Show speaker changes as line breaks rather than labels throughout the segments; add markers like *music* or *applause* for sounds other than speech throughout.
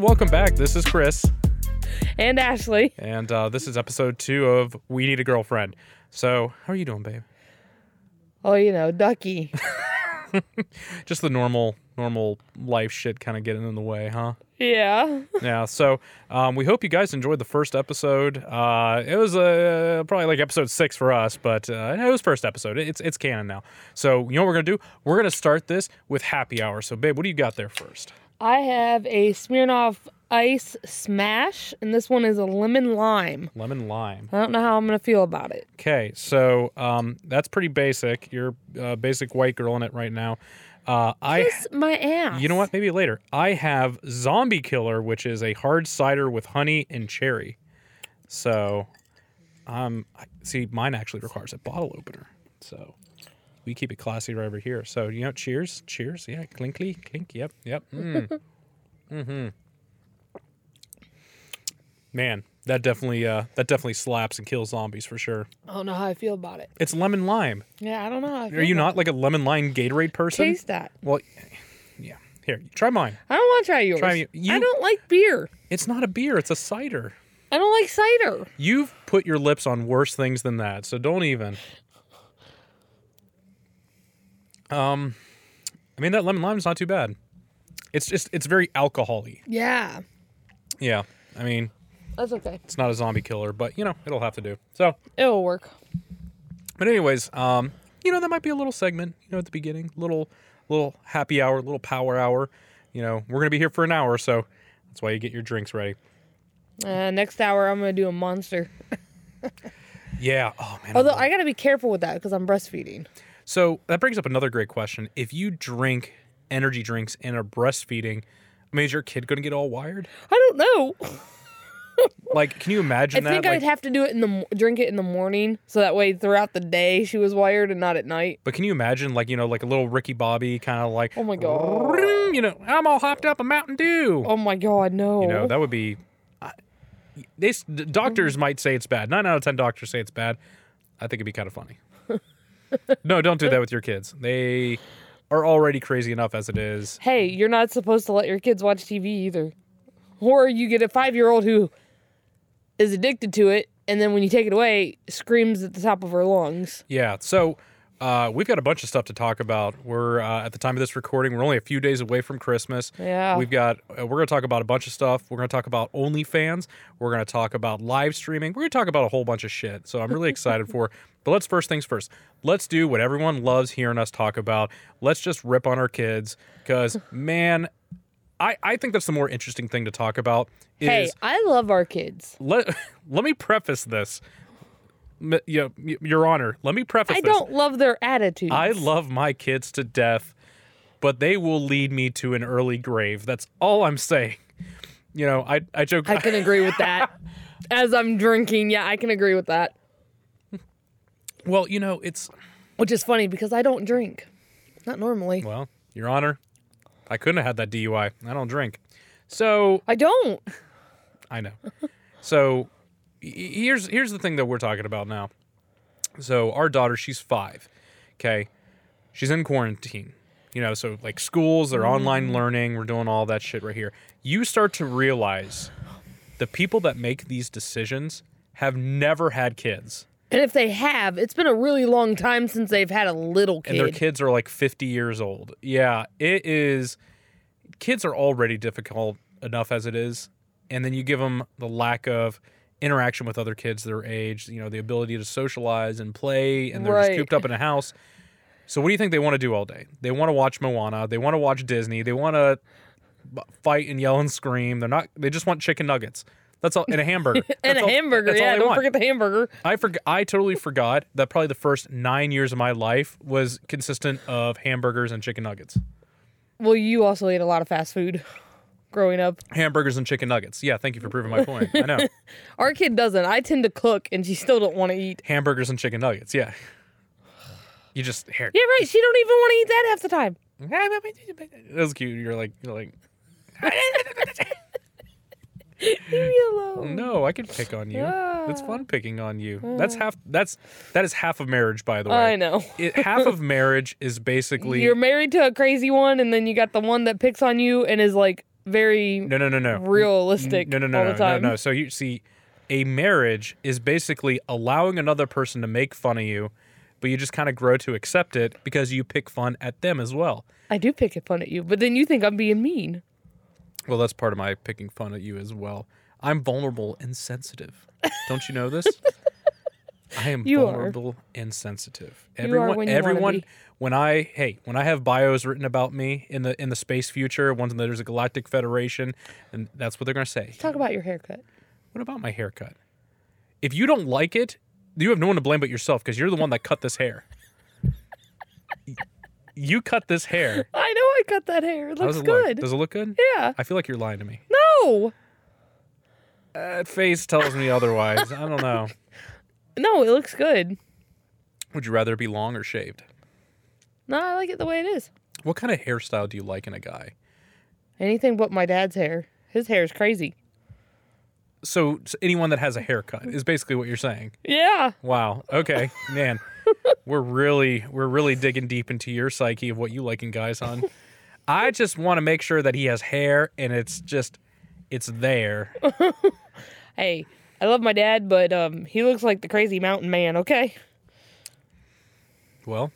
welcome back. This is Chris,
And Ashley.
and uh, this is episode two of We Need a Girlfriend. So, how are you doing, babe?
Oh, you know, Ducky.
Just the normal, normal life shit kind of getting in the way, huh?
yeah.
yeah. So, um, we hope you guys enjoyed the first episode. Uh, it was uh, probably like episode six for us, but uh, it was first episode. It's it's canon now. So, you know what we're gonna do? We're gonna start this with happy hour. So, babe, what do you got there first?
I have a Smirnoff Ice Smash, and this one is a lemon lime.
Lemon lime.
I don't know how I'm going to feel about it.
Okay, so um, that's pretty basic. You're a basic white girl in it right now. Uh, I,
Kiss my ass.
you know what? Maybe later. I have Zombie Killer, which is a hard cider with honey and cherry. So, um, I- see, mine actually requires a bottle opener. So, we keep it classy right over here. So, you know, cheers, cheers. Yeah, clinkly, clink. Yep, yep. Mm. hmm Man, that definitely uh, that definitely slaps and kills zombies for sure.
I don't know how I feel about it.
It's lemon lime.
Yeah, I don't know. How I feel
Are you
about
not like a lemon lime Gatorade
it.
person?
Taste that.
Well, yeah. Here, try mine.
I don't want to try yours.
Try you- you-
I don't like beer.
It's not a beer, it's a cider.
I don't like cider.
You've put your lips on worse things than that, so don't even. Um I mean that lemon lime's not too bad. It's just it's very alcohol-y.
Yeah.
Yeah. I mean,
That's okay.
it's not a zombie killer, but you know, it'll have to do. So,
It'll work.
But anyways, um, you know, that might be a little segment, you know, at the beginning, little little happy hour, little power hour. You know, we're gonna be here for an hour, so that's why you get your drinks ready.
Uh, next hour, I'm going to do a monster.
Yeah. Oh man. I
Although
love-
I got to be careful with that because I'm breastfeeding.
so that brings up another great question. If you drink energy drinks and are breastfeeding, I mean, is your kid gonna get all wired?
I don't know.
Like, can you
I
imagine that?
think
like,
I'd have to do it in the mo- drink it in the morning, so that way throughout the day she was wired and not at night.
but can you imagine, like, you know, like a little Ricky Bobby kind of like, "Mm,
Oh my god.
you know, I'm all hopped up a Mountain Dew.
Oh Mm-hmm. my god, no.
You know, that would be. I, they s- d- doctors might say it's bad. Nine out of ten doctors say it's bad. I think it'd be kind of
*laughs*
funny. no, don't do that with your kids. They are already crazy enough as it is.
hey, you're not supposed to let your kids watch TV either, or you get a five year old who is addicted to it, and then when you take it away, screams at the top of her lungs.
Yeah. So uh, we've got a bunch of stuff to talk about. We're uh, at the time of this recording. We're only a few days away from Christmas.
Yeah.
We've got. Uh, we're going to talk about a bunch of stuff. We're going to talk about OnlyFans. We're going to talk about live streaming. We're going to talk about a whole bunch of shit. So I'm really excited
*laughs*
for. But let's first things first. Let's do what everyone loves hearing us talk about. Let's just rip on our kids
*laughs*
because man, I I think that's the more interesting thing to talk about. Is
Hey, I love our kids.
let *laughs* let me preface this. M- you know, y- Your Honor, let me preface
I
this.
don't love their attitude.
I love my kids to death, but they will lead me to an early grave. That's all I'm saying. You know, I I joke.
I can agree with that. As I'm drinking, yeah, I can agree with that.
*laughs* well, you know, it's
Which is funny because I don't drink. Not normally.
well, Your Honor, I couldn't have had that DUI. I don't drink, so
I don't.
I know. So y- y- here's here's the thing that we're talking about now. So our daughter, she's five. Okay, she's in quarantine. You know, so like schools, they're online learning. We're doing all that shit right here. You start to realize the people that make these decisions have never had kids,
And if they have, it's been a really long time since they've had a little kid.
and their kids are like 50 years old. Yeah, it is. Kids are already difficult enough as it is, and then you give them the lack of interaction with other kids their age. You know, the ability to socialize and play, and they're just
Right.
cooped up in a house. So, what do you think they want to do all day? They want to watch Moana. They want to watch Disney. They want to b- fight and yell and scream. They're not. They just want chicken nuggets. That's all, and a hamburger.
*laughs* and
That's
a
all-
hamburger.
that's all
Yeah,
they
don't
want.
forget the hamburger.
I forg I totally forgot that probably the first nine years of my life was consistent of hamburgers and chicken nuggets.
Well, you also ate a lot of fast food growing up.
Hamburgers and chicken nuggets. Yeah, thank you for proving my point. I
*laughs*
know
Our kid doesn't. I tend to cook and she still don't want to eat.
hamburgers and chicken nuggets. Yeah, you just here.
Yeah, right. She don't even want to eat that half the *laughs* time.
*laughs* That was cute. You're like you're like
Leave me alone.
no, I can pick on you. It's
Ah.
fun picking on you. That's half. That's that is half of marriage, by the way.
I know.
It, half of marriage is basically
*laughs* You're married to a crazy one and then you got the one that picks on you and is like very
No, no, no, no.
realistic
No, no, no,
all
no,
the time.
no, no. So you see, a marriage is basically allowing another person to make fun of you, but you just kind of grow to accept it because you pick fun at them as well.
I do pick fun at you, but then you think I'm being mean.
Well, that's part of my picking fun at you as well. I'm vulnerable and sensitive. Don't you know
*laughs*
this? I am
You are.
vulnerable and sensitive.
are
Everyone,
when you wanna
everyone,
be.
when I hey, when I have bios written about me in the in the space future, once there's a galactic federation, and that's what they're gonna say.
Talk about your haircut.
What about my haircut? If you don't like it, you have no one to blame but yourself because you're the one that cut this hair. you cut this hair.
I know I cut that hair. It
How does
*laughs* looks
it Look?
good.
Does it look good?
yeah.
I feel like you're lying to me.
No.
That face tells me otherwise. I don't know.
No, it looks good.
Would you rather be long or shaved?
No, I like it the way it is.
What kind of hairstyle do you like in a guy?
Anything but my dad's hair. His hair is crazy.
So, so anyone that has a haircut is basically what you're saying.
Yeah.
Wow. Okay, man. We're really we're really digging deep into your psyche of what you like in guys, hon. I just want to make sure that he has hair and it's just it's there.
Hey, I love my dad, but um, he looks like the crazy mountain man. Okay.
Well,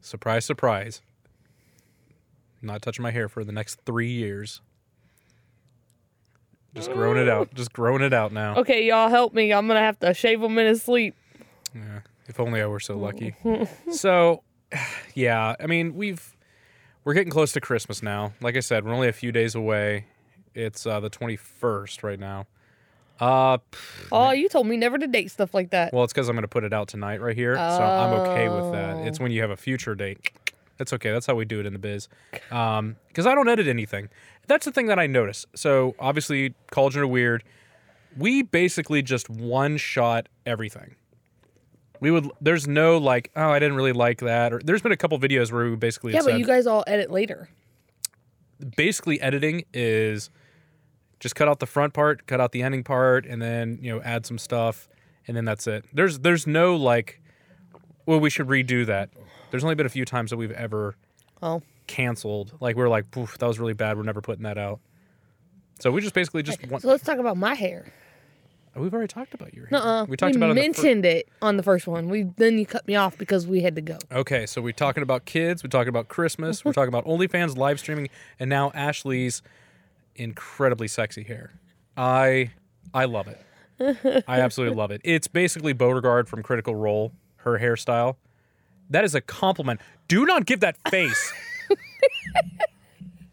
surprise surprise. Not touching my hair for the next 3 years. Just growing it out. Just growing it out now.
Okay, y'all help me. I'm gonna have to shave him in his sleep.
Yeah, if only I were so lucky. so, *sighs* yeah, I mean, we've we're getting close to Christmas now. Like I said, we're only a few days away. It's uh, the 21st right now. Uh,
Oh, you told me never to date stuff like that.
well, it's because I'm going to put it out tonight right here, so I'm okay with
Oh.
that. It's when you have a future date. That's okay. That's how we do it in the biz. Because I don't edit anything. That's the thing that I notice. So obviously, College and Weird, we basically just one shot everything. We would. There's no like, oh, I didn't really like that. Or there's been a couple videos where we basically
yeah,
have
but
said,
you guys all edit later.
basically editing is just cut out the front part, cut out the ending part, and then you know add some stuff, and then that's it. There's there's no like, well, we should redo that. There's only been a few times that we've ever
Oh,
canceled. Like we are like, Poof, that was really bad. We're never putting that out. So we just basically just want.
so let's talk about my hair.
We've already talked about your. hair.
Uh-uh.
We talked about it. in the fir-
mentioned it on the first one. We then you cut me off because we had to go.
Okay, so we're talking about kids, we're talking about Christmas, we're talking about OnlyFans live streaming, and now Ashley's incredibly sexy hair. I I love it. I absolutely love it. It's basically Beauregard from Critical Role, her hairstyle. That is a compliment. Do not give that face.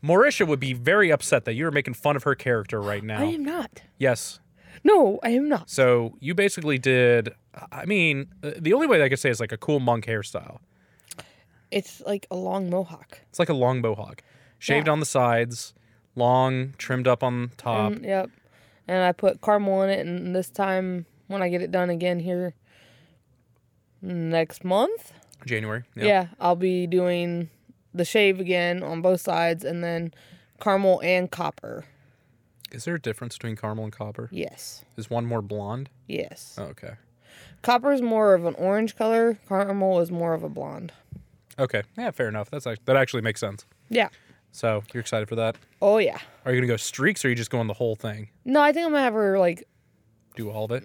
Marisha would be very upset that you're making fun of her character right
I
now.
am not.
Yes,
No, I am not.
so you basically did. I mean, uh, the only way that I could say is like a cool monk hairstyle.
It's like a long mohawk.
It's like a long mohawk, shaved
Yeah.
on the sides, long, trimmed up on top.
Mm, yep. And I put caramel in it, and this time when I get it done again here next month,
January.
Mm-hmm. yeah, I'll be doing the shave again on both sides, and then caramel and copper.
Is there a difference between caramel and copper?
Yes,
Is one more blonde?
yes.
Oh, okay.
Copper is more of an orange color. Caramel is more of a blonde.
Okay. Yeah, fair enough. That's act that actually makes sense.
Yeah.
So you're excited for that?
Oh yeah.
Are you gonna go streaks, or are you just going the whole thing?
No, I think I'm gonna have her like
Do all of it?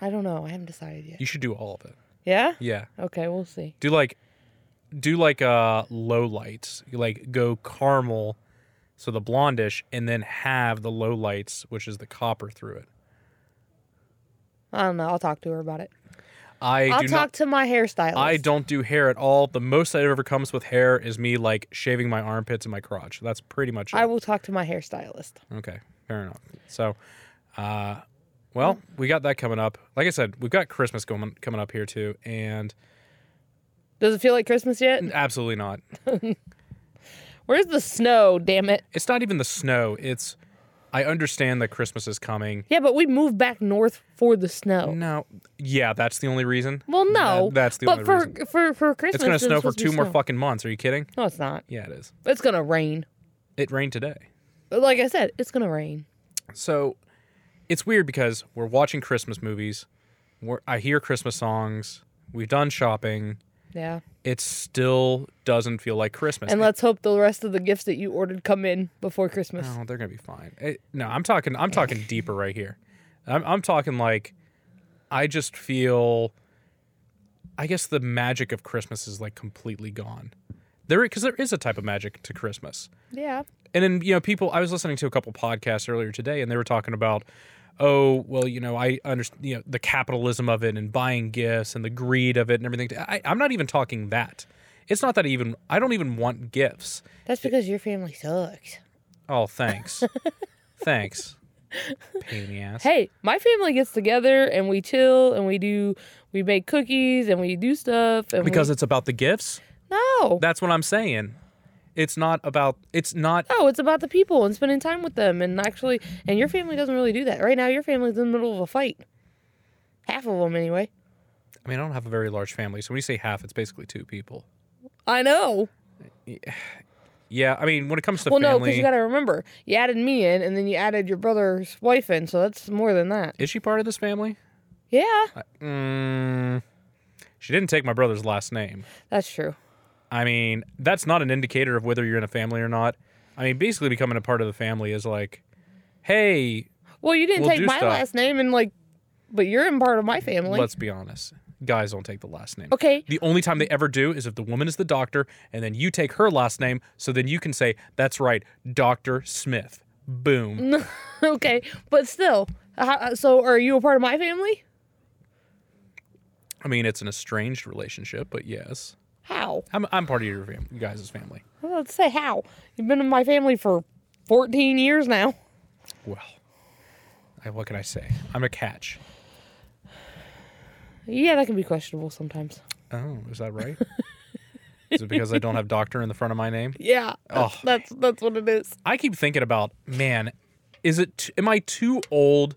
I don't know. I haven't decided yet.
You should do all of it.
Yeah.
Yeah.
Okay, we'll see.
Do like, do like uh low lights. You like go caramel, so the blondish, and then have the low lights, which is the copper through it.
I don't know. I'll talk to her about it.
I
I'll
do
talk
not
to my hairstylist.
I don't do hair at all. The most that ever comes with hair is me like shaving my armpits and my crotch. That's pretty much it.
I will talk to my hairstylist.
okay, fair enough. So, uh, well, we got that coming up. Like I said, we've got Christmas coming coming up here too, and
Does it feel like Christmas yet?
absolutely not.
Where's the snow? Damn it!
It's not even the snow. It's I understand that Christmas is coming.
Yeah, but we moved back north for the snow.
No, yeah, that's the only reason.
Well, no.
That- that's the
but
only
for,
reason.
for for Christmas,
It's gonna snow for
supposed to be
two more
snow.
fucking months. Are you kidding?
No, it's not.
Yeah, it is.
It's gonna rain.
It rained today.
Like I said, it's gonna rain.
So it's weird because we're watching Christmas movies. We're, I hear Christmas songs. We've done shopping.
Yeah.
it still doesn't feel like Christmas.
And let's hope the rest of the gifts that you ordered come in before Christmas.
No, they're gonna be fine. It- no, I'm talking. I'm
*laughs*
talking deeper right here. I'm, I'm talking like, I just feel. I guess the magic of Christmas is like completely gone. There, because there is a type of magic to Christmas,
Yeah.
and then you know people. I was listening to a couple podcasts earlier today, and they were talking about, oh well, you know I understand you know the capitalism of it and buying gifts and the greed of it and everything. I, I'm not even talking that. It's not that I even. I don't even want gifts.
That's because your family sucks.
Oh,
*laughs*
thanks. thanks. Pain in the ass.
Hey, my family gets together and we chill and we do we make cookies and we do stuff and
because
we,
it's about the gifts.
no.
That's what I'm saying. It's not about. It's not.
no, Oh, it's about the people and spending time with them and actually and your family doesn't really do that. Right now your family's in the middle of a fight. Half of them anyway.
I mean, I don't have a very large family, so when you say half, it's basically two people.
I know.
Yeah, I mean, when it comes to
Well, no, because
family,
you got to remember, you added me in, and then you added your brother's wife in, so that's more than that.
is she part of this family?
Yeah,
Mm, she didn't take my brother's last name.
that's true.
I mean, that's not an indicator of whether you're in a family or not. I mean, basically becoming a part of the family is like, hey,
Well, you didn't
We'll
take
do
my
stuff.
last name, and like, but you're in part of my family.
let's be honest. Guys don't take the last name.
okay, *laughs*
The only time they ever do is if the woman is the doctor, and then you take her last name, so then you can say, "That's right, Doctor Smith." Boom.
okay, but still, how, so are you a part of my family?
I mean, it's an estranged relationship, but yes,
How?
I'm, I'm part of your fam- you guys' family.
Well, let's say how. You've been in my family for 14 years now.
Well, I, what can I say? I'm a catch.
Yeah, that can be questionable sometimes.
Oh, is that right? is it because I don't have doctor in the front of my name?
Yeah, that's
Oh.
that's, that's what it is.
I keep thinking about, man, is it t- am I too old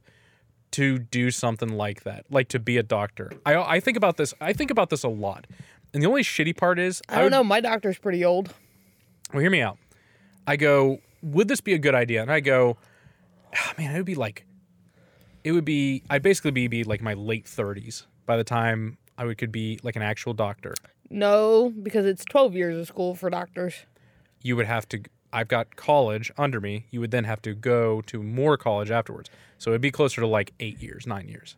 to do something like that? Like to be a doctor? I I think about this. I think about this a lot. And the only shitty part is
I don't know. My doctor's pretty old.
Well, hear me out. I go, would this be a good idea? And I go, ah, man, it would be like it would be I'd basically be, be like my late 30s by the time I would could be like an actual doctor.
No, because it's 12 years of school for doctors.
you would have to I've got college under me. You would then have to go to more college afterwards. So it'd be closer to like 8 years, 9 years.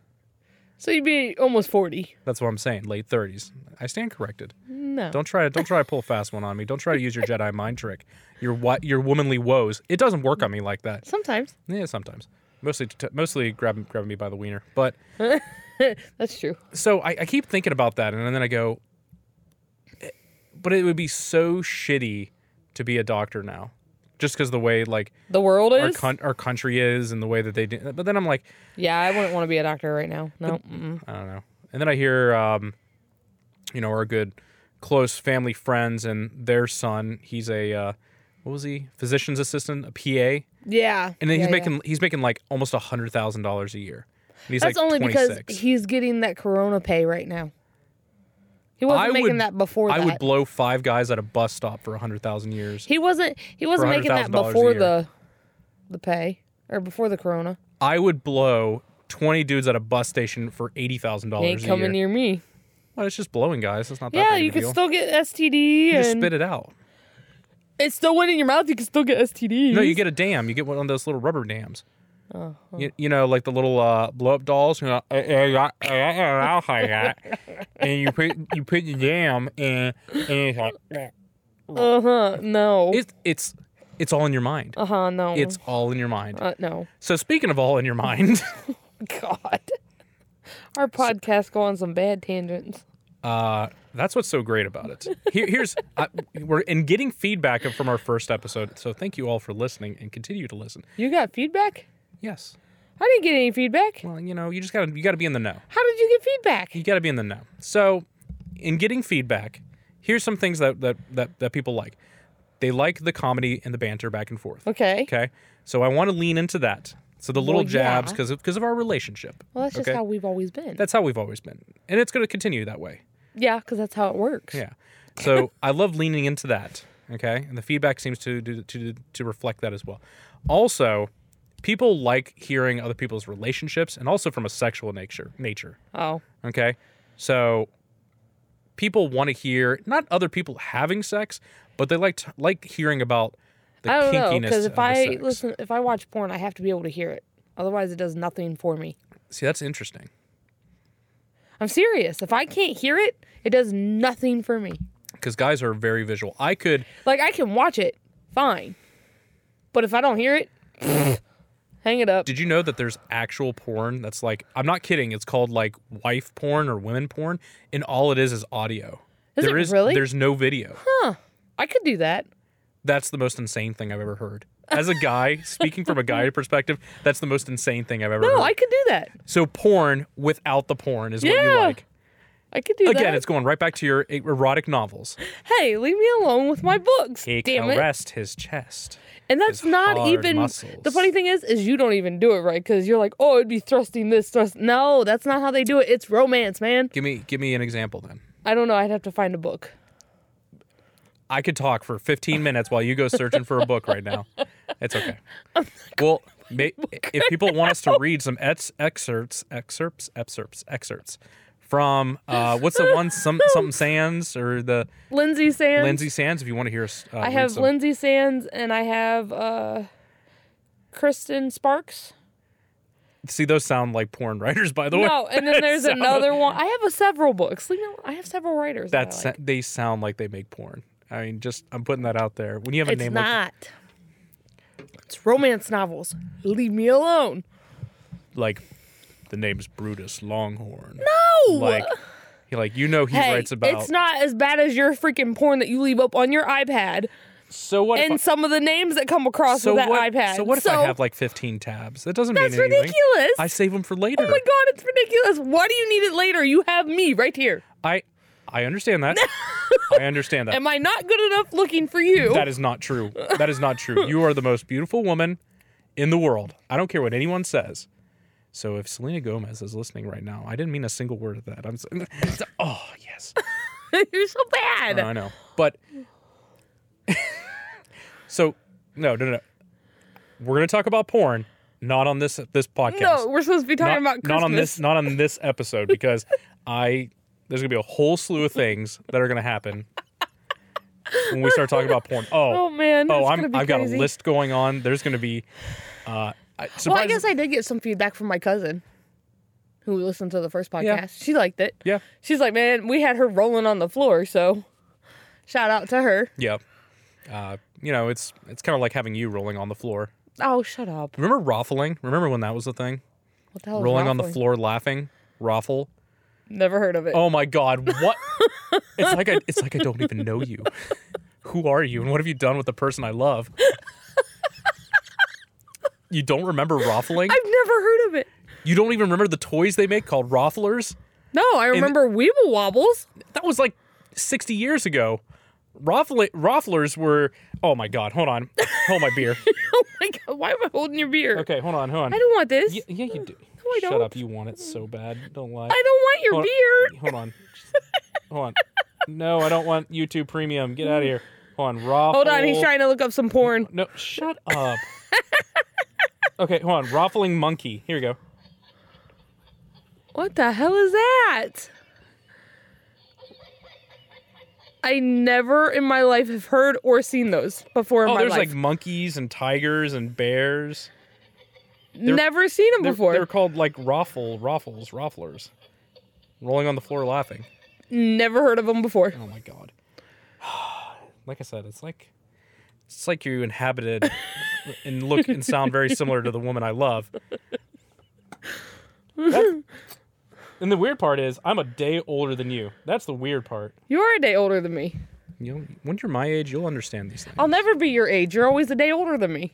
So you'd be almost 40.
That's what I'm saying, late 30s. I stand corrected.
No.
Don't try to don't try to pull a fast one on me. Don't try to use your Jedi mind trick. Your what your womanly woes. It doesn't work on me like that.
Sometimes.
Yeah, sometimes. Mostly t- mostly grabbing grabbing me by the wiener. But
That's true.
so I, I keep thinking about that and then I go eh, but it would be so shitty to be a doctor now. Just because the way like
The world
our
is.
con- our country is and the way that they do. But then I'm like,
yeah, I wouldn't want to be a doctor right now. No. mm-mm.
I don't know. And then I hear, um, you know, our good close family friends and their son. He's a uh, what was he? Physician's assistant, a PA,
Yeah.
and then he's
Yeah, yeah.
making he's making like almost a hundred thousand dollars a year. And he's
That's
like
only
26.
because he's getting that corona pay right now. He wasn't
I
making
would-
that before
I
that.
would blow five guys at a bus stop for a hundred thousand years.
he wasn't he wasn't making
$100,000
that
a
before
year.
the the pay or before the corona.
I would blow twenty dudes at a bus station for eighty thousand
He
dollars
ain't
a year.
coming near me.
Well, it's just blowing guys. It's not that
Yeah,
big
you
of a
can
deal.
still get STD
you just
and
spit it out.
it still went in your mouth. You can still get STD.
No, you get a dam. You get one of those little rubber dams. You, you know, like the little uh, blow up dolls. You know, *laughs* and you put you put your dam in, and it's like *laughs*
Uh huh. No.
it's it's it's all in your mind.
Uh huh. No.
It's all in your mind.
uh, no.
So speaking of all in your mind, *laughs*
God. *laughs* Our podcast go on some bad tangents.
uh, that's what's so great about it. Here, here's I, we're in getting feedback from our first episode. So thank you all for listening and continue to listen.
You got feedback?
Yes.
I didn't get any feedback.
Well, you know, you just gotta you gotta be in the know.
How did you get feedback?
you got to be in the know. So, in getting feedback, here's some things that that that, that people like. They like the comedy and the banter back and forth.
Okay.
Okay. So I want to lean into that. So the little
Well,
jabs
yeah.
because of because of our relationship.
Well, that's just
okay?
how we've always been.
that's how we've always been, and it's going to continue that way.
yeah, because that's how it works.
Yeah. So I love leaning into that. Okay, and the feedback seems to to to, to reflect that as well. Also. People like hearing other people's relationships, and also from a sexual nature. Nature,
Oh,
Okay. So people want to hear not other people having sex, but they like to, like hearing about the
I don't know
kinkiness
because
of
if
the
I
sex.
listen, if I watch porn, I have to be able to hear it. Otherwise, it does nothing for me.
See, that's interesting.
I'm serious. If I can't hear it, it does nothing for me.
Because guys are very visual. I could
Like I can watch it, fine, but if I don't hear it, *laughs* hang it up.
Did you know that there's actual porn that's like I'm not kidding, it's called like wife porn or women porn, and all it is is audio.
Is
There
it
is
really?
there's no video.
I could do that.
That's the most insane thing I've ever heard. As a
*laughs*
guy, speaking from a guy perspective, that's the most insane thing I've ever
No,
heard.
I could do that.
so porn without the porn is what you
Yeah.
like.
I could do
Again,
that.
it's going right back to your e-, erotic novels.
hey, leave me alone with my books.
He
damn it.
caressed his chest.
And that's
his
not
hard
even the
muscles.
funny thing is is you don't even do it right because you're like, oh, it'd be thrusting this thrust. No, that's not how they do it. It's romance, man.
Give me give me an example then.
I don't know. I'd have to find a book.
I could talk for 15 minutes while you go searching for a book right now. It's
*laughs*
okay.
Oh
Well, ma- if people want us to read some ex- excerpts, excerpts, excerpts, excerpts from uh, what's the one, some
*laughs*
something Sands or the
Lindsay Sands.
Lindsay Sands, if you want to hear us, uh,
I
read
have
some.
Lindsay Sands and I have uh, Kristen Sparks.
See, those sound like porn writers, *laughs* by the way.
No, and then there's
Sound-
another one. I have a several books. Leave me alone. I have several writers. that I
That's
like.
they sound like they make porn. I mean, just I'm putting that out there. When you have a
it's
name like,
not. It's romance novels. Leave me alone.
like the name's Brutus Longhorn,
No.
like he like you know he
Hey,
writes about
it's not as bad as your freaking porn that you leave up on your iPad
So what? if I-
and some of the names that come across with that
what,
iPad.
So what if I have like 15 tabs? That doesn't
that's
mean anything.
ridiculous.
I save them for later.
oh my god, it's ridiculous. Why do you need it later? You have me right here.
I I understand that. I understand that.
Am I not good enough looking for you?
That is not true. That is not true. You are the most beautiful woman in the world. I don't care what anyone says. So if Selena Gomez is listening right now, I didn't mean a single word of that. I'm s *laughs* oh yes,
*laughs* You're so bad.
I know. But *laughs* so no, no, no. We're gonna talk about porn, not on this this podcast.
no, we're supposed to be talking
not,
about Christmas.
not on this not on
*laughs*
this episode because I there's gonna be a whole slew of things that are gonna happen when we start talking about porn.
*laughs* Oh
Oh,
man.
oh,
it's
I'm,
gonna be
I've got a
crazy.
list going on. There's gonna be. Uh, I,
Well, I guess I did get some feedback from my cousin, who listened to the first podcast.
Yeah.
She liked it.
yeah,
She's like, man, we had her rolling on the floor, so shout out to her.
yeah. Uh, you know, it's it's kind of like having you rolling on the floor.
Oh, shut up.
Remember ruffling? Remember when that was the thing?
What the hell is
rolling on the
ruffling?
floor, laughing, ruffle.
Never heard of it.
Oh my God!
*laughs*
What? it's like I, it's like I don't even know you. Who are you, and what have you done with the person I love? you don't remember Roffling?
I've never heard of it.
You don't even remember the toys they make called Rofflers?
No, I remember Weeble Wobbles. *laughs*
That was like sixty years ago. Roffle, Rofflers were. Oh my God! Hold on. Hold my
*laughs*
beer.
oh my god, why am I holding your beer?
Okay, hold on, hold on.
I don't want this.
yeah, yeah, you do.
I
Shut
don't.
up! You want it so bad. Don't lie.
I don't want your
Hold-
beer.
Hold on. Just- hold on. No, I don't want YouTube Premium. Get out of here. Hold on. Raffle.
Hold on, he's trying to look up some porn.
No, shut up. okay, hold on. Raffling monkey. Here we go.
What the hell is that? I never in my life have heard or seen those before in
Oh,
my
there's
life.
like monkeys and tigers and bears.
never seen them
They're,
before.
they're called like raffle, raffles, rafflers. Rolling on the floor laughing.
never heard of them before.
Oh my god. *sighs* like I said, it's like it's like you inhabited and look and sound very similar to the woman I love. That- and the weird part is I'm a day older than you. That's the weird part.
You are a day older than me.
You know, when you're my age, you'll understand these things.
I'll never be your age. You're always a day older than me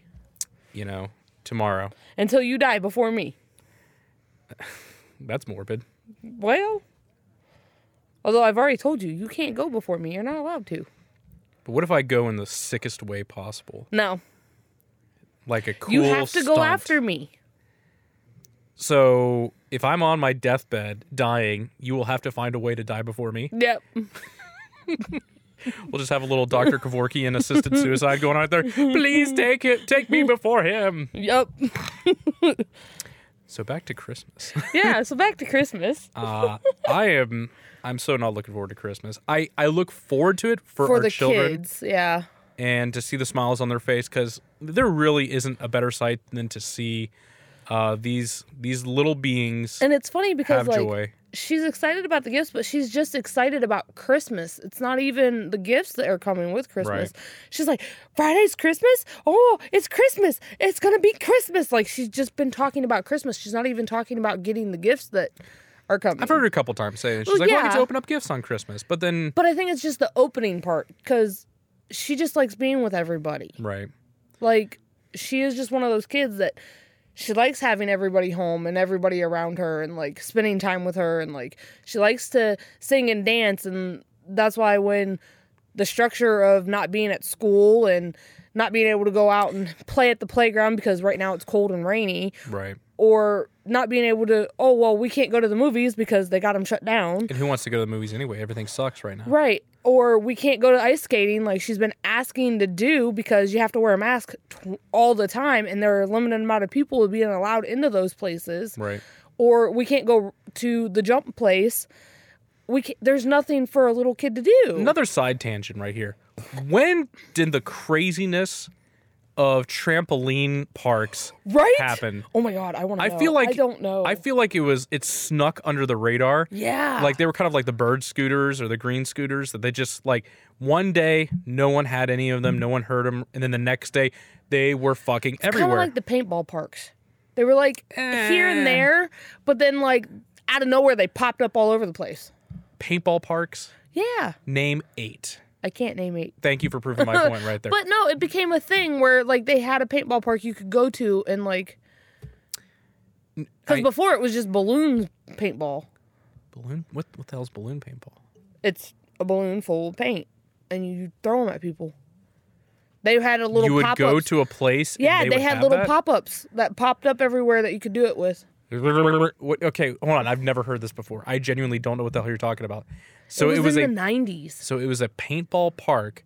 You know, tomorrow.
until you die before me.
That's morbid.
Well, although I've already told you, you can't go before me. You're not allowed to.
But what if I go in the sickest way possible?
No,
Like a cool
you have to go
stunt.
after me.
So, if I'm on my deathbed dying, you will have to find a way to die before me.
Yep.
We'll just have a little
*laughs*
Dr. Kevorkian assisted suicide going on out there. Please take it, take me before him.
Yep.
So back to
*laughs*
Christmas.
*laughs* yeah, so back to Christmas.
Uh, I am. I'm so not looking forward to Christmas. I, I look forward to it for,
for
our
the
children
kids. Yeah.
and to see the smiles on their face because there really isn't a better sight than to see uh, these these little beings
And it's funny because
have
like
joy.
she's excited about the gifts, but she's just excited about Christmas. It's not even the gifts that are coming with Christmas.
Right.
She's like, Friday's Christmas? Oh, it's Christmas. It's gonna be Christmas. Like she's just been talking about Christmas. She's not even talking about getting the gifts that are coming.
I've heard her a couple times say it. She's
Well,
like, "Well, I get to
yeah.
open up gifts on Christmas," but then
but I think it's just the opening part because she just likes being with everybody.
right,
Like she is just one of those kids that she likes having everybody home and everybody around her and like spending time with her and like she likes to sing and dance and that's why when the structure of not being at school and not being able to go out and play at the playground because right now it's cold and rainy
right.
or not being able to oh well we can't go to the movies because they got them shut down
And who wants to go to the movies anyway? Everything sucks right now.
Right. Or we can't go to ice skating like she's been asking to do because you have to wear a mask t- all the time and there are a limited amount of people being allowed into those places.
Right.
Or we can't go to the jump place. We can there's nothing for a little kid to do.
Another side tangent right here. When did the craziness of trampoline parks
right?
happen?
Oh my god, I want to
I feel like
I don't know.
I feel like it was it snuck under the radar.
yeah.
Like they were kind of like the bird scooters or the green scooters that they just like one day no one had any of them, no one heard them, and then the next day they were fucking
kind of
everywhere.
like the paintball parks. They were like here
Eh.
and there, but then like out of nowhere they popped up all over the place.
Paintball parks,
Yeah.
name eight.
I can't name eight.
Thank you for proving
*laughs*
my point right there.
But no, it became a thing where like they had a paintball park you could go to and like because
I-
before it was just balloon paintball.
balloon? What, what the hell's balloon paintball?
It's a balloon full of paint and you throw them at people. They had a little
You would
pop-ups.
go to a place. and
yeah,
they,
they,
would
had
have
little
that?
pop ups that popped up everywhere that you could do it with.
What- okay, hold on. I've never heard this before. I genuinely don't know what the hell you're talking about. So
it was,
a
in the nineties.
so it was a paintball park,